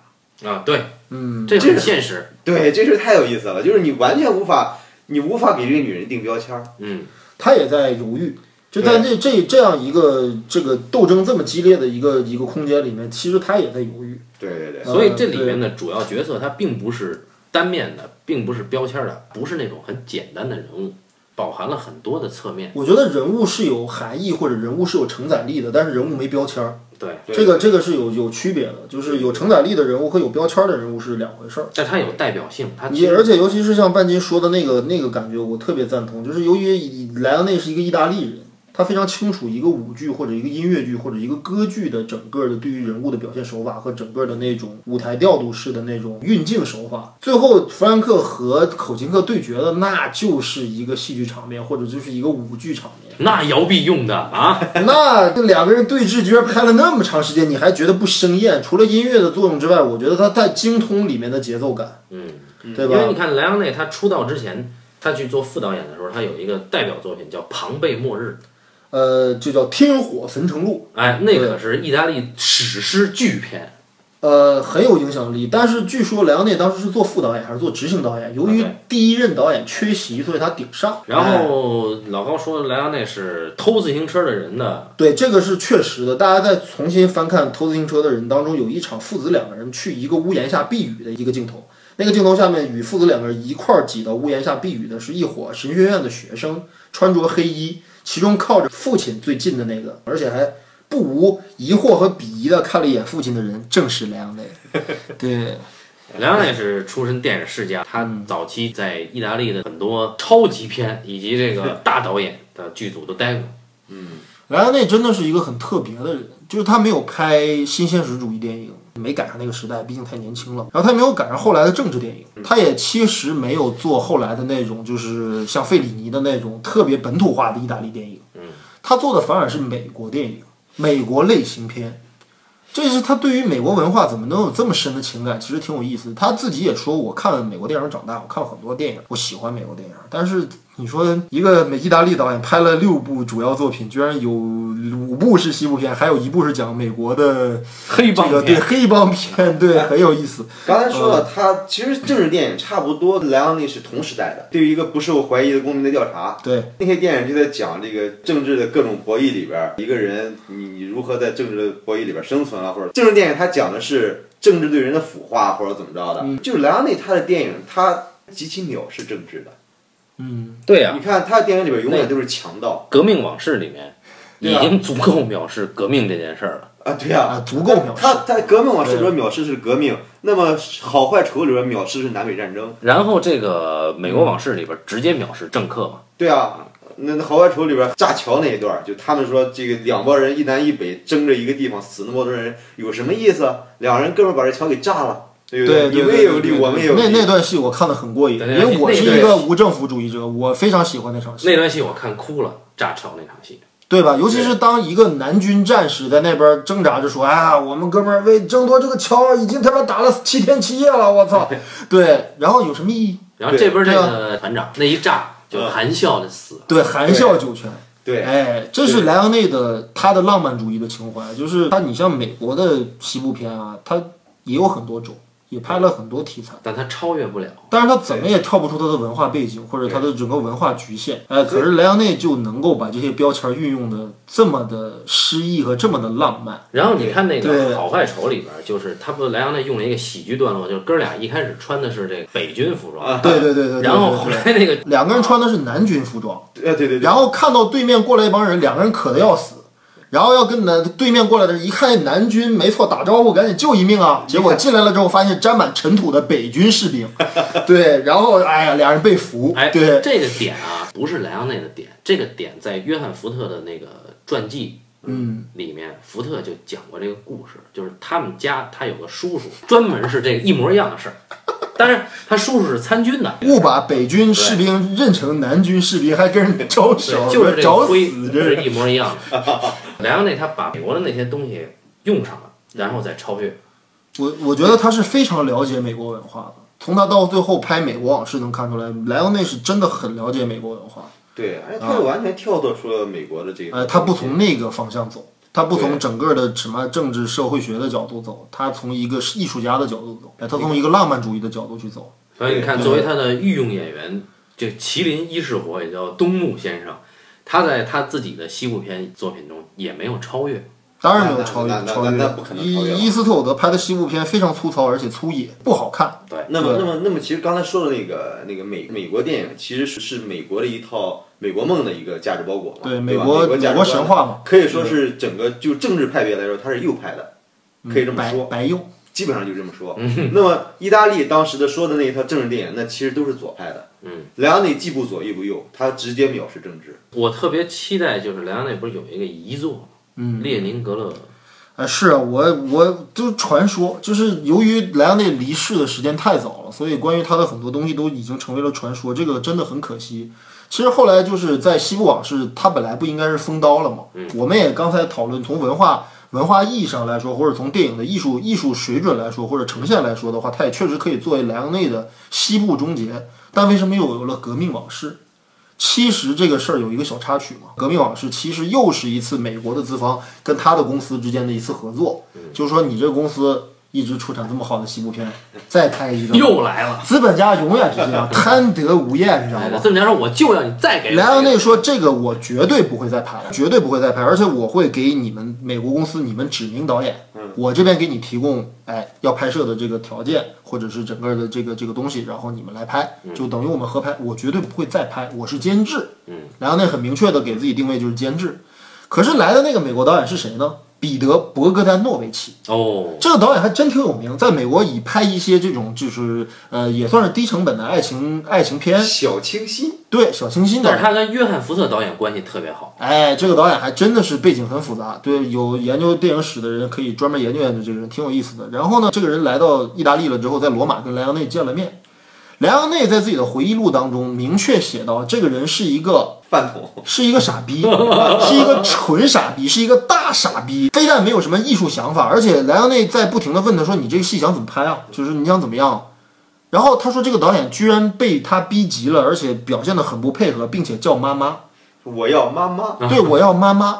[SPEAKER 1] 啊，对，
[SPEAKER 3] 嗯，
[SPEAKER 1] 这
[SPEAKER 2] 这
[SPEAKER 1] 很
[SPEAKER 2] 是
[SPEAKER 1] 现实。
[SPEAKER 2] 对，这事儿太有意思了，就是你完全无法，你无法给这个女人定标签儿。
[SPEAKER 1] 嗯，
[SPEAKER 3] 他也在犹豫。就在这这这样一个这个斗争这么激烈的一个一个空间里面，其实他也在犹豫。
[SPEAKER 2] 对对对，
[SPEAKER 1] 所以这里面的主要角色他并不是单面的，并不是标签的，不是那种很简单的人物，饱含了很多的侧面。
[SPEAKER 3] 我觉得人物是有含义或者人物是有承载力的，但是人物没标签儿，
[SPEAKER 1] 对，
[SPEAKER 2] 对
[SPEAKER 3] 这个这个是有有区别的，就是有承载力的人物和有标签儿的人物是两回事儿。
[SPEAKER 1] 但他有代表性，啊他其
[SPEAKER 3] 你
[SPEAKER 1] 实
[SPEAKER 3] 而且尤其是像半斤说的那个那个感觉，我特别赞同，就是由于莱昂内是一个意大利人，他非常清楚一个舞剧或者一个音乐剧或者一个歌剧的整个的对于人物的表现手法和整个的那种舞台调度式的那种运镜手法。最后弗兰克和口琴克对决的那就是一个戏剧场面或者就是一个舞剧场面。
[SPEAKER 1] 那摇臂用的啊，
[SPEAKER 3] 那这两个人对峙，居然拍了那么长时间，你还觉得不生厌？除了音乐的作用之外，我觉得他太精通里面的节奏感，
[SPEAKER 1] 嗯，
[SPEAKER 3] 对
[SPEAKER 1] 因为
[SPEAKER 3] 吧
[SPEAKER 1] 你？看莱昂内他出道之前，他去做副导演的时候，他有一个代表作品叫《庞贝末日
[SPEAKER 3] 呃，就叫《天火焚城录》，》，
[SPEAKER 1] 哎，那可是意大利史诗巨片，
[SPEAKER 3] 呃，很有影响力。但是据说莱昂内当时是做副导演还是做执行导演？由于
[SPEAKER 1] 啊
[SPEAKER 3] 第一任导演缺席，所以他顶上。
[SPEAKER 1] 然后老高说莱昂内是偷自行车的人的，
[SPEAKER 3] 对，这个是确实的。大家再重新翻看《偷自行车的人》当中，有一场父子两个人去一个屋檐下避雨的一个镜头。那个镜头下面，与父子两个人一块儿挤到屋檐下避雨的是一伙神学院的学生，穿着黑衣，其中靠着父亲最近的那个，而且还不无疑惑和鄙夷的看了一眼父亲的人，正是莱昂内。 对，
[SPEAKER 1] 莱昂内是出身电影世家，他早期在意大利的很多超级片以及这个大导演的剧组都待过，
[SPEAKER 3] 莱昂内真的是一个很特别的人，就是他没有拍新现实主义电影，没赶上那个时代，毕竟太年轻了。然后他没有赶上后来的政治电影，他也其实没有做后来的那种，就是像费里尼的那种特别本土化的意大利电影。他做的反而是美国电影、美国类型片。这是他对于美国文化怎么能有这么深的情感，其实挺有意思的。他自己也说，我看美国电影长大，我看很多电影，我喜欢美国电影。但是你说一个美意大利导演拍了六部主要作品，居然有五部是西部片，还有一部是讲美国的
[SPEAKER 1] 黑
[SPEAKER 3] 这
[SPEAKER 1] 帮
[SPEAKER 3] 个对
[SPEAKER 1] 片
[SPEAKER 3] 黑帮片，对很有意思。
[SPEAKER 2] 刚才说
[SPEAKER 3] 嗯
[SPEAKER 2] 了，他其实政治电影差不多，莱昂内是同时代的。对于一个不受怀疑的公民的调查，
[SPEAKER 3] 对，
[SPEAKER 2] 那些电影就在讲这个政治的各种博弈里边儿，一个人你你如何在政治的博弈里边儿生存啊，或者政治电影它讲的是政治对人的腐化或者怎么着的。
[SPEAKER 3] 嗯
[SPEAKER 2] 就是莱昂内他的电影，他极其藐视政治的。
[SPEAKER 3] 嗯，
[SPEAKER 1] 对呀、
[SPEAKER 2] 你看他的电影里边永远都是强盗
[SPEAKER 1] 革命往事》里面
[SPEAKER 2] 对
[SPEAKER 1] 已
[SPEAKER 2] 啊
[SPEAKER 1] 经足够藐视革命这件事儿了。
[SPEAKER 2] 啊，对呀、
[SPEAKER 3] 啊，足够表示
[SPEAKER 2] 他在革命往事里边藐视是革命，那么好坏丑恶里边藐视是南北战争。
[SPEAKER 1] 然后这个《美国往事》里边直接藐视政客嘛，
[SPEAKER 2] 对啊，那那豪华仇里边炸桥那一段儿，就他们说这个两拨人一南一北争着一个地方，死那么多人，有什么意思啊？两人哥们儿把这桥给炸了，对不
[SPEAKER 3] 对，对
[SPEAKER 2] 你们
[SPEAKER 3] 对
[SPEAKER 2] 也有
[SPEAKER 3] 对
[SPEAKER 2] 利，
[SPEAKER 3] 对
[SPEAKER 2] 我们也有
[SPEAKER 3] 那那
[SPEAKER 2] 利。
[SPEAKER 3] 段戏我看的很过瘾，
[SPEAKER 1] 对
[SPEAKER 3] 因
[SPEAKER 1] 那段
[SPEAKER 3] 为我
[SPEAKER 1] 戏
[SPEAKER 3] 是
[SPEAKER 2] 那
[SPEAKER 3] 一个
[SPEAKER 2] 段
[SPEAKER 3] 无政府主义者，我非常喜欢那场戏，
[SPEAKER 1] 那段戏我看哭了，炸桥那场戏。
[SPEAKER 3] 对吧？尤其是当一个南军战士在那边挣扎着说：“啊，我们哥们儿为争夺这个桥，已经他妈打了七天七夜了，我操！”对，然后有什么意义？
[SPEAKER 1] 然后这边这
[SPEAKER 3] 啊
[SPEAKER 1] 个团长那一炸
[SPEAKER 3] 嗯
[SPEAKER 1] 就含笑的死，
[SPEAKER 3] 对，含笑九泉。
[SPEAKER 2] 对，
[SPEAKER 3] 哎，这是莱昂内的他的浪漫主义的情怀，就是他，你像美国的西部片啊，他也有很多种，也拍了很多题材。
[SPEAKER 1] 但他超越不了。
[SPEAKER 3] 但是他怎么也跳不出他的文化背景或者他的整个文化局限。哎，可是莱昂内就能够把这些标签运用的这么的诗意和这么的浪漫。
[SPEAKER 1] 然后你看那个
[SPEAKER 3] 对
[SPEAKER 1] 《好坏丑》里边，就是他不莱昂内用了一个喜剧段落，就是哥俩一开始穿的是这个北军服装，
[SPEAKER 3] 啊对对对
[SPEAKER 1] 啊
[SPEAKER 3] 对对。
[SPEAKER 1] 然后
[SPEAKER 3] 对
[SPEAKER 1] 后
[SPEAKER 3] 对
[SPEAKER 1] 来那个
[SPEAKER 3] 两个人穿的是南军服装，
[SPEAKER 2] 呃，对对对
[SPEAKER 3] 然，后看到对面过来一帮人，两个人渴的要死。然后要跟南对面过来的人一看南军，没错，打招呼赶紧救一命啊！结果进来了之后，发现沾满尘土的北军士 兵，对，然后哎呀，俩人被俘，
[SPEAKER 1] 哎，
[SPEAKER 3] 对，
[SPEAKER 1] 这个点啊，不是莱昂内的点，这个点在约翰福特的那个传记
[SPEAKER 3] 嗯，
[SPEAKER 1] 里面，福特就讲过这个故事，就是他们家他有个叔叔，专门是这个一模一样的事儿， 但是他叔叔是参军的，
[SPEAKER 3] 误把北军士兵认成南军士兵，还跟人招手，
[SPEAKER 1] 对，就是这
[SPEAKER 3] 找
[SPEAKER 1] 个
[SPEAKER 3] 死
[SPEAKER 1] 灰，
[SPEAKER 3] 这
[SPEAKER 1] 是一模一样的。 莱昂内他把美国的那些东西用上了，然后再超越。
[SPEAKER 3] 我我觉得他是非常了解美国文化的，从他到最后拍《美国往事》能看出来，莱昂内是真的很了解美国文化。
[SPEAKER 2] 对，而且他完全跳脱出了美国的这个。
[SPEAKER 3] 呃，他不从那个方向走，他不
[SPEAKER 2] 对
[SPEAKER 3] 从整个的什么政治社会学的角度走，他从一个艺术家的角度走，哎，他从一个浪漫主义的角度去走。
[SPEAKER 1] 所以你看，
[SPEAKER 2] 对
[SPEAKER 1] 作为他的御用演员，就麒麟一世活也叫东木先生，他在他自己的西部片作品中也没有超越。
[SPEAKER 3] 当然没有超越
[SPEAKER 2] 那那那
[SPEAKER 3] 超越
[SPEAKER 2] 那那不可能超越了
[SPEAKER 3] 伊伊斯特伍德拍的西部片非常粗糙，而且粗野，不好看。
[SPEAKER 2] 那么，
[SPEAKER 3] 对
[SPEAKER 2] 那么，那么，其实刚才说的那个那个美美国电影，其实是是美国的一套美国梦的一个价值包裹嘛，
[SPEAKER 3] 对，
[SPEAKER 2] 美
[SPEAKER 3] 美国
[SPEAKER 2] 美价
[SPEAKER 3] 美
[SPEAKER 2] 值
[SPEAKER 3] 国
[SPEAKER 2] 观
[SPEAKER 3] 神话嘛，
[SPEAKER 2] 可以说是整个就政治派别来说，它是右派的，可以这么
[SPEAKER 3] 嗯白
[SPEAKER 2] 说。
[SPEAKER 3] 白右。
[SPEAKER 2] 基本上就这么说。那么意大利当时的说的那一套政治电影，那其实都是左派的。
[SPEAKER 1] 嗯，
[SPEAKER 2] 莱昂内既不左亦不右，他直接藐视政治。
[SPEAKER 1] 我特别期待，就是莱昂内不是有一个遗作吗，列宁格勒
[SPEAKER 3] 啊，是啊我我就是传说，就是由于莱昂内离世的时间太早了，所以关于他的很多东西都已经成为了传说，这个真的很可惜。其实后来就是在西部往事，他本来不应该是封刀了吗？我们也刚才讨论，从文化文化意义上来说，或者从电影的艺术艺术水准来说，或者呈现来说的话，它也确实可以作为莱昂内的西部终结。但为什么又有了革命往事？其实这个事儿有一个小插曲嘛，《革命往事》其实又是一次美国的资方跟他的公司之间的一次合作，就是说你这个公司一直出产这么好的西部片，再拍一个，
[SPEAKER 1] 又来了。
[SPEAKER 3] 资本家永远是这样，贪得无厌，你知道
[SPEAKER 1] 哎
[SPEAKER 3] 吗？
[SPEAKER 1] 这么讲说，我就要你再给我一个
[SPEAKER 3] 莱昂内说：“这个我绝对不会再拍了，绝对不会再拍，而且我会给你们美国公司你们指名导演，
[SPEAKER 1] 嗯
[SPEAKER 3] 我这边给你提供，哎，要拍摄的这个条件或者是整个的这个这个东西，然后你们来拍，
[SPEAKER 1] 嗯
[SPEAKER 3] 就等于我们合拍，我绝对不会再拍，我是监制。”
[SPEAKER 1] 嗯
[SPEAKER 3] 莱昂内很明确的给自己定位就是监制，可是来的那个美国导演是谁呢？彼得·伯格丹诺维奇。
[SPEAKER 1] 哦，
[SPEAKER 3] 这个导演还真挺有名，在美国以拍一些这种就是呃也算是低成本的爱情爱情片，
[SPEAKER 2] 小清新，
[SPEAKER 3] 对小清新的
[SPEAKER 1] 但是他跟约翰福特导演关系特别好。
[SPEAKER 3] 哎，这个导演还真的是背景很复杂，对，有研究电影史的人可以专门研究研究这个人，挺有意思的。然后呢，这个人来到意大利了之后，在罗马跟莱昂内见了面。莱昂内在自己的回忆录当中明确写到，这个人是一个
[SPEAKER 2] 饭桶，
[SPEAKER 3] 是一个傻逼，是一个纯傻逼，是一个大傻逼。非但没有什么艺术想法，而且莱昂内在不停的问他说：“你这个戏想怎么拍啊？就是你想怎么样？”然后他说：“这个导演居然被他逼急了，而且表现得很不配合，并且叫妈妈。
[SPEAKER 2] 我要妈妈，
[SPEAKER 3] 对，我要妈妈。”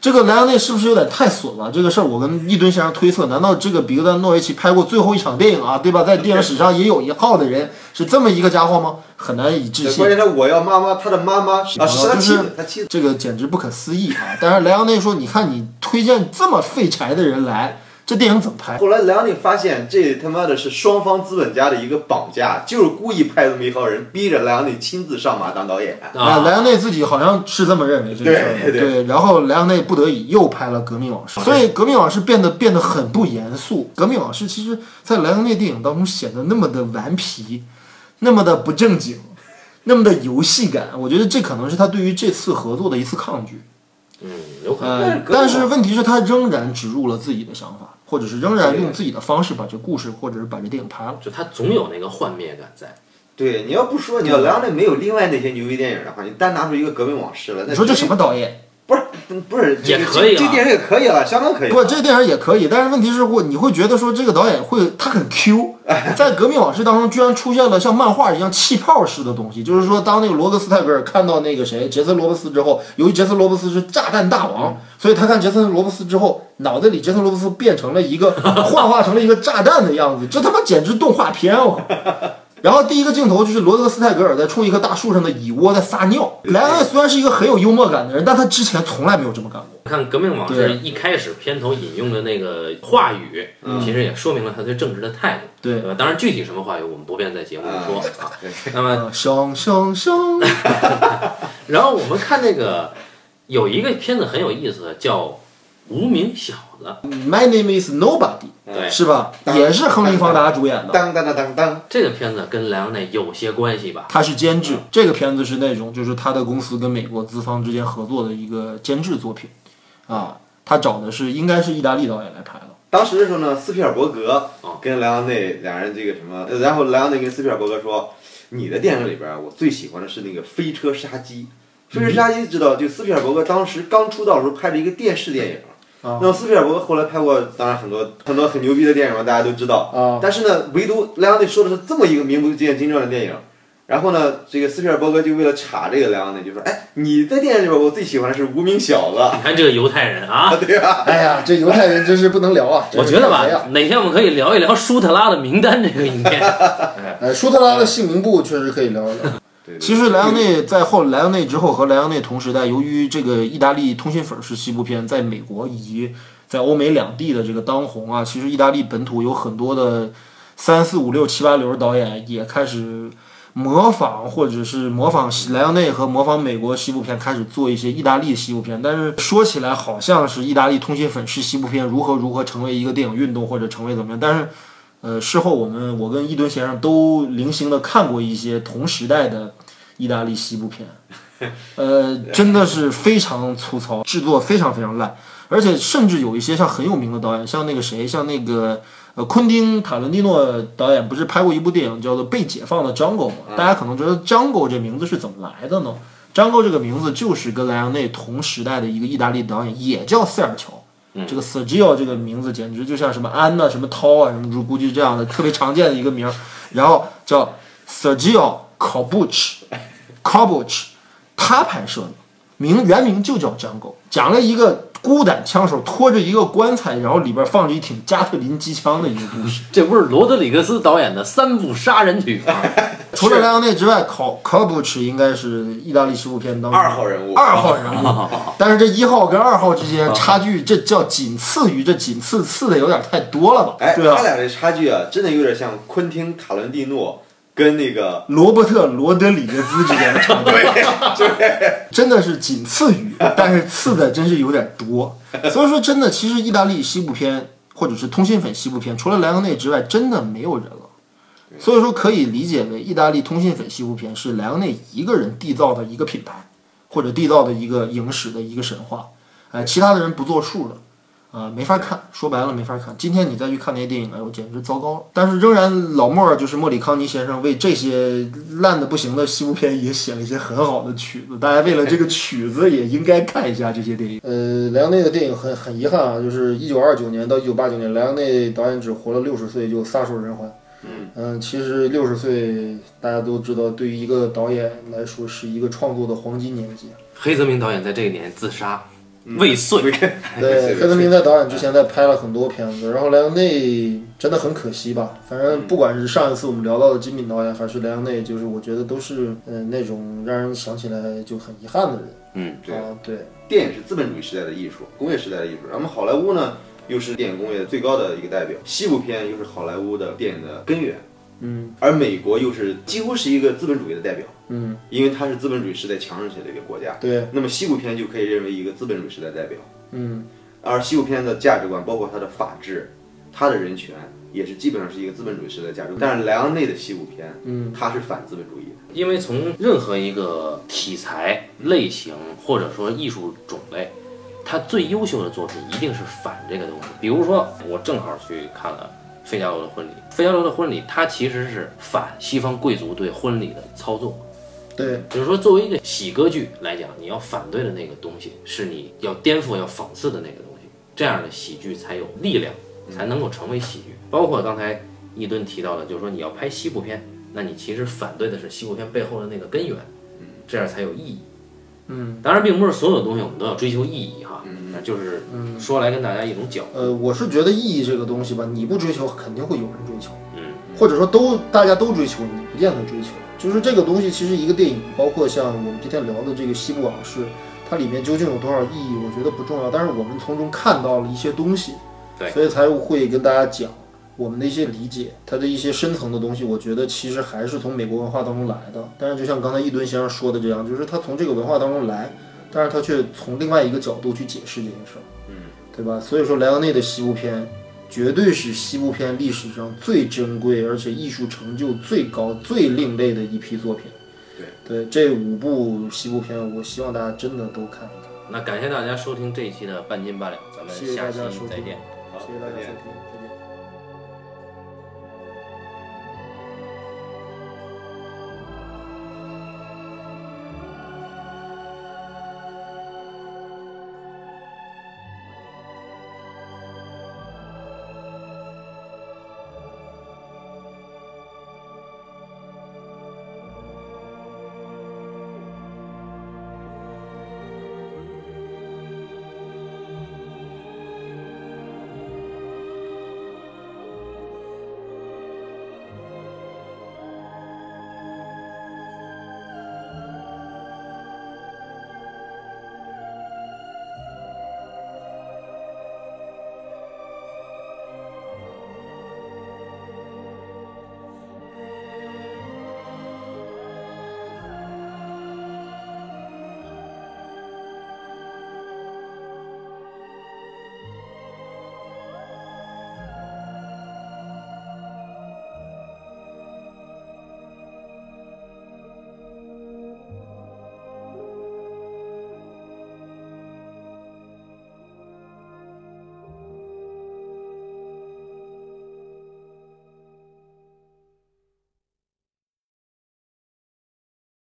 [SPEAKER 3] 这个莱昂内是不是有点太损了？这个事儿我跟一吨先生推测，难道这个彼得诺维奇拍过最后一场电影啊，对吧？在电影史上也有一号的人是这么一个家伙吗？很难以置信。
[SPEAKER 2] 关键他我要妈妈，他的妈妈是啊是他
[SPEAKER 3] 就
[SPEAKER 2] 妻
[SPEAKER 3] 是
[SPEAKER 2] 子，他妻子。
[SPEAKER 3] 这个简直不可思议啊！但是莱昂内说：“你看你推荐这么废柴的人来，这电影怎么拍
[SPEAKER 2] 后来莱昂内发现，这他妈的是双方资本家的一个绑架，就是故意派这么一号人，逼着莱昂内亲自上马当导演。？”
[SPEAKER 3] 啊，
[SPEAKER 1] 啊，
[SPEAKER 3] 莱昂内自己好像是这么认为这个事儿的，
[SPEAKER 2] 对对
[SPEAKER 3] 对。然后莱昂内不得已又拍了《革命往事》，所以《革命往事》变得变得很不严肃。《革命往事》其实在莱昂内电影当中显得那么的顽皮，那么的不正经，那么的游戏感。我觉得这可能是他对于这次合作的一次抗拒。
[SPEAKER 1] 嗯，有可能。
[SPEAKER 3] 呃，但是问题是，他仍然植入了自己的想法，或者是仍然用自己的方式把这故事，或者是把这电影拍了。
[SPEAKER 1] 就他总有那个幻灭感在，
[SPEAKER 2] 对，你要不说，你要莱昂内没有另外那些牛逼电影的话，你单拿出一个《革命往事》来，那
[SPEAKER 3] 你说这什么导演？
[SPEAKER 2] 不是不是
[SPEAKER 1] 也
[SPEAKER 2] 这
[SPEAKER 1] 可以啊
[SPEAKER 2] 这这电影也可以了，相当可以了。
[SPEAKER 3] 不，这电影也可以，但是问题是会你会觉得说这个导演会他很 Q，在《革命往事》当中居然出现了像漫画一样气泡式的东西，就是说当那个罗伯斯泰格尔看到那个谁杰森罗伯斯之后，由于杰森罗伯斯是炸弹大王，所以他看杰森罗伯斯之后，脑子里杰森罗伯斯变成了一个幻化成了一个炸弹的样子，这他妈简直动画片哦！然后第一个镜头就是罗德斯泰格尔在冲一棵大树上的蚁窝在撒尿。莱恩虽然是一个很有幽默感的人，但他之前从来没有这么干过。
[SPEAKER 1] 看《革命往事》一开始片头引用的那个话语，其实也说明了他对政治的态度，
[SPEAKER 3] 对
[SPEAKER 1] 嗯对吧？当然，具体什么话语我们不便在节目里说啊。那么，
[SPEAKER 3] 啊，香香香！
[SPEAKER 1] 然后我们看那个有一个片子很有意思，叫《无名小子》，
[SPEAKER 3] My name is nobody，
[SPEAKER 1] 对，
[SPEAKER 3] 是吧？
[SPEAKER 2] 当
[SPEAKER 3] 也是亨利·方达主演的，
[SPEAKER 2] 当当当当当，
[SPEAKER 1] 这个片子跟莱昂内有些关系吧？
[SPEAKER 3] 他是监制。这个片子是那种就是他的公司跟美国资方之间合作的一个监制作品，啊，他找的是应该是意大利导演来拍的。
[SPEAKER 2] 当时的时候呢，斯皮尔伯格
[SPEAKER 1] 哦
[SPEAKER 2] 跟莱昂内两人这个什么，呃然后莱昂内跟斯皮尔伯格说，你的电影里边啊儿我最喜欢的是那个《飞车杀机》。《飞车杀机》知道，就斯皮尔伯格当时刚出道的时候拍了一个电视电影。
[SPEAKER 3] 啊
[SPEAKER 2] 那斯皮尔伯格后来拍过，当然很多很多很牛逼的电影嘛，大家都知道。
[SPEAKER 3] 啊
[SPEAKER 2] 但是呢，唯独莱昂内说的是这么一个名不见经传的电影。然后呢，这个斯皮尔伯格就为了查这个莱昂内，就说：“哎，你在电影里边，我最喜欢的是无名小子。”
[SPEAKER 1] 你看这个犹太人啊，
[SPEAKER 3] 哎呀，这犹太人真是不能聊啊！
[SPEAKER 1] 我觉得
[SPEAKER 3] 真是太肥啊
[SPEAKER 1] 吧，哪天我们可以聊一聊舒特拉的名单这个影 片。
[SPEAKER 3] 哎，舒特拉的姓名部确实可以聊一聊。
[SPEAKER 2] 对
[SPEAKER 3] 其实莱昂内在后莱昂内之后和莱昂内同时代，由于这个意大利通信粉是西部片，在美国以及在欧美两地的这个当红啊，其实意大利本土有很多的三四五六七八流的导演也开始模仿，或者是模仿西莱昂内和模仿美国西部片，开始做一些意大利西部片。但是说起来好像是意大利通信粉是西部片如何如何成为一个电影运动或者成为怎么样，但是呃，事后我们我跟伊顿先生都零星的看过一些同时代的意大利西部片，呃，真的是非常粗糙，制作非常非常烂，而且甚至有一些像很有名的导演，像那个谁，像那个呃昆汀塔伦蒂诺导演，不是拍过一部电影叫做《被解放的 Jungle》吗？大家可能觉得 Jungle 这名字是怎么来的呢？Jungle 这个名字就是跟莱昂内同时代的一个意大利导演，也叫塞尔乔。这个 Sergio 这个名字简直就像什么安呐、什么涛啊、什么，就估计这样的特别常见的一个名儿。然后叫 Sergio c o b u c h c o b u c h 他拍摄的，名原名就叫《张狗》，讲了一个孤胆枪手拖着一个棺材，然后里边放着一挺加特林机枪的一个 故事。
[SPEAKER 1] 这不是罗德里格斯导演的三部杀人曲吗？
[SPEAKER 3] 除了莱昂内之外，考考布奇应该是意大利西部片当中
[SPEAKER 2] 二号人物
[SPEAKER 3] 二号人 物。但是这一号跟二号之间差距，这叫仅次于这仅次次的有点太多了吧？
[SPEAKER 2] 哎，
[SPEAKER 3] 对吧
[SPEAKER 2] 他？俩这差距啊，真的有点像昆汀·塔伦蒂诺跟那个
[SPEAKER 3] 罗伯特·罗德里格斯之间的差距，真的是仅次于，但是次的真是有点多。所以说，真的，其实意大利西部片或者是通信粉西部片，除了莱昂内之外，真的没有人了。所以说，可以理解为意大利通信粉西部片是莱昂内一个人缔造的一个品呃牌，或者缔造的一个影史的一个神话。哎，其他的人不作数的。啊，没法看，说白了没法看。今天你再去看那些电影，哎呦，简直糟糕了。但是仍然，老莫儿就是莫里康尼先生为这些烂的不行的西部片也写了一些很好的曲子，大家为了这 个曲子也应该看一下这些电影。呃，莱昂内的电影很很遗憾啊，就是一九二九年到一九八九年，莱昂内导演只活了六十岁就撒手人寰。嗯，其实六十岁大家都知道，对于一个导演来说是一个创作的黄金年纪。啊
[SPEAKER 1] 黑泽明导演在这一年自杀嗯未遂，
[SPEAKER 3] 对，黑泽明在导演之前在拍了很多片子，然后莱昂内真的很可惜吧。反正不管是上一次我们聊到的金敏导演，还是莱昂内，就是我觉得都是嗯、呃那种让人想起来就很遗憾的人。
[SPEAKER 1] 嗯，
[SPEAKER 2] 对
[SPEAKER 3] 啊，对，
[SPEAKER 2] 电影是资本主义时代的艺术，工业时代的艺术。咱们好莱坞呢，又是电影工业最高的一个代表，西部片又是好莱坞的电影的根源。嗯，而美国又是几乎是一个资本主义的代表。嗯，因为它是资本主义时代强盛起来的一个国家。
[SPEAKER 3] 对，
[SPEAKER 2] 那么西部片就可以认为一个资本主义时代代表。
[SPEAKER 3] 嗯，
[SPEAKER 2] 而西部片的价值观，包括它的法治、它的人权，也是基本上是一个资本主义时代的价值观。但是莱昂内的西部片，嗯，它是反资本主义的。
[SPEAKER 1] 因为从任何一个题材类型或者说艺术种类，它最优秀的作品一定是反这个东西。比如说，我正好去看了《费加罗的婚礼》，《费加罗的婚礼》它其实是反西方贵族对婚礼的操纵。
[SPEAKER 3] 对，
[SPEAKER 1] 就是说，作为一个喜歌剧来讲，你要反对的那个东西是你要颠覆、要讽刺的那个东西，这样的喜剧才有力量，才能够成为喜剧。包括刚才一吨提到的，就是说你要拍西部片，那你其实反对的是西部片背后的那个根源，这样才有意义。嗯，当然，并不是所有东西我们都要追求意义哈，
[SPEAKER 3] 嗯
[SPEAKER 1] 那就是说来跟大家一种角度。
[SPEAKER 3] 呃，我是觉得意义这个东西吧，你不追求，肯定会有人追求。
[SPEAKER 1] 嗯，
[SPEAKER 3] 或者说都大家都追求，你不见得追求。就是这个东西，其实一个电影，包括像我们今天聊的这个《西部往事》，它里面究竟有多少意义，我觉得不重要。但是我们从中看到了一些东西，
[SPEAKER 1] 对
[SPEAKER 3] 所以才会跟大家讲我们的一些理解，它的一些深层的东西，我觉得其实还是从美国文化当中来的。但是就像刚才一吨先生说的这样，就是他从这个文化当中来，但是他却从另外一个角度去解释这件事儿，嗯，对吧？所以说莱昂内的西部片绝对是西部片历史上最珍贵，而且艺术成就最高、最另类的一批作品。对这五部西部片，我希望大家真的都看一看。
[SPEAKER 1] 那感谢大家收听这一期的半斤八两，咱们
[SPEAKER 3] 谢谢
[SPEAKER 1] 下
[SPEAKER 3] 大
[SPEAKER 1] 期
[SPEAKER 3] 家收听
[SPEAKER 1] 再见。好
[SPEAKER 3] 谢谢大家收听。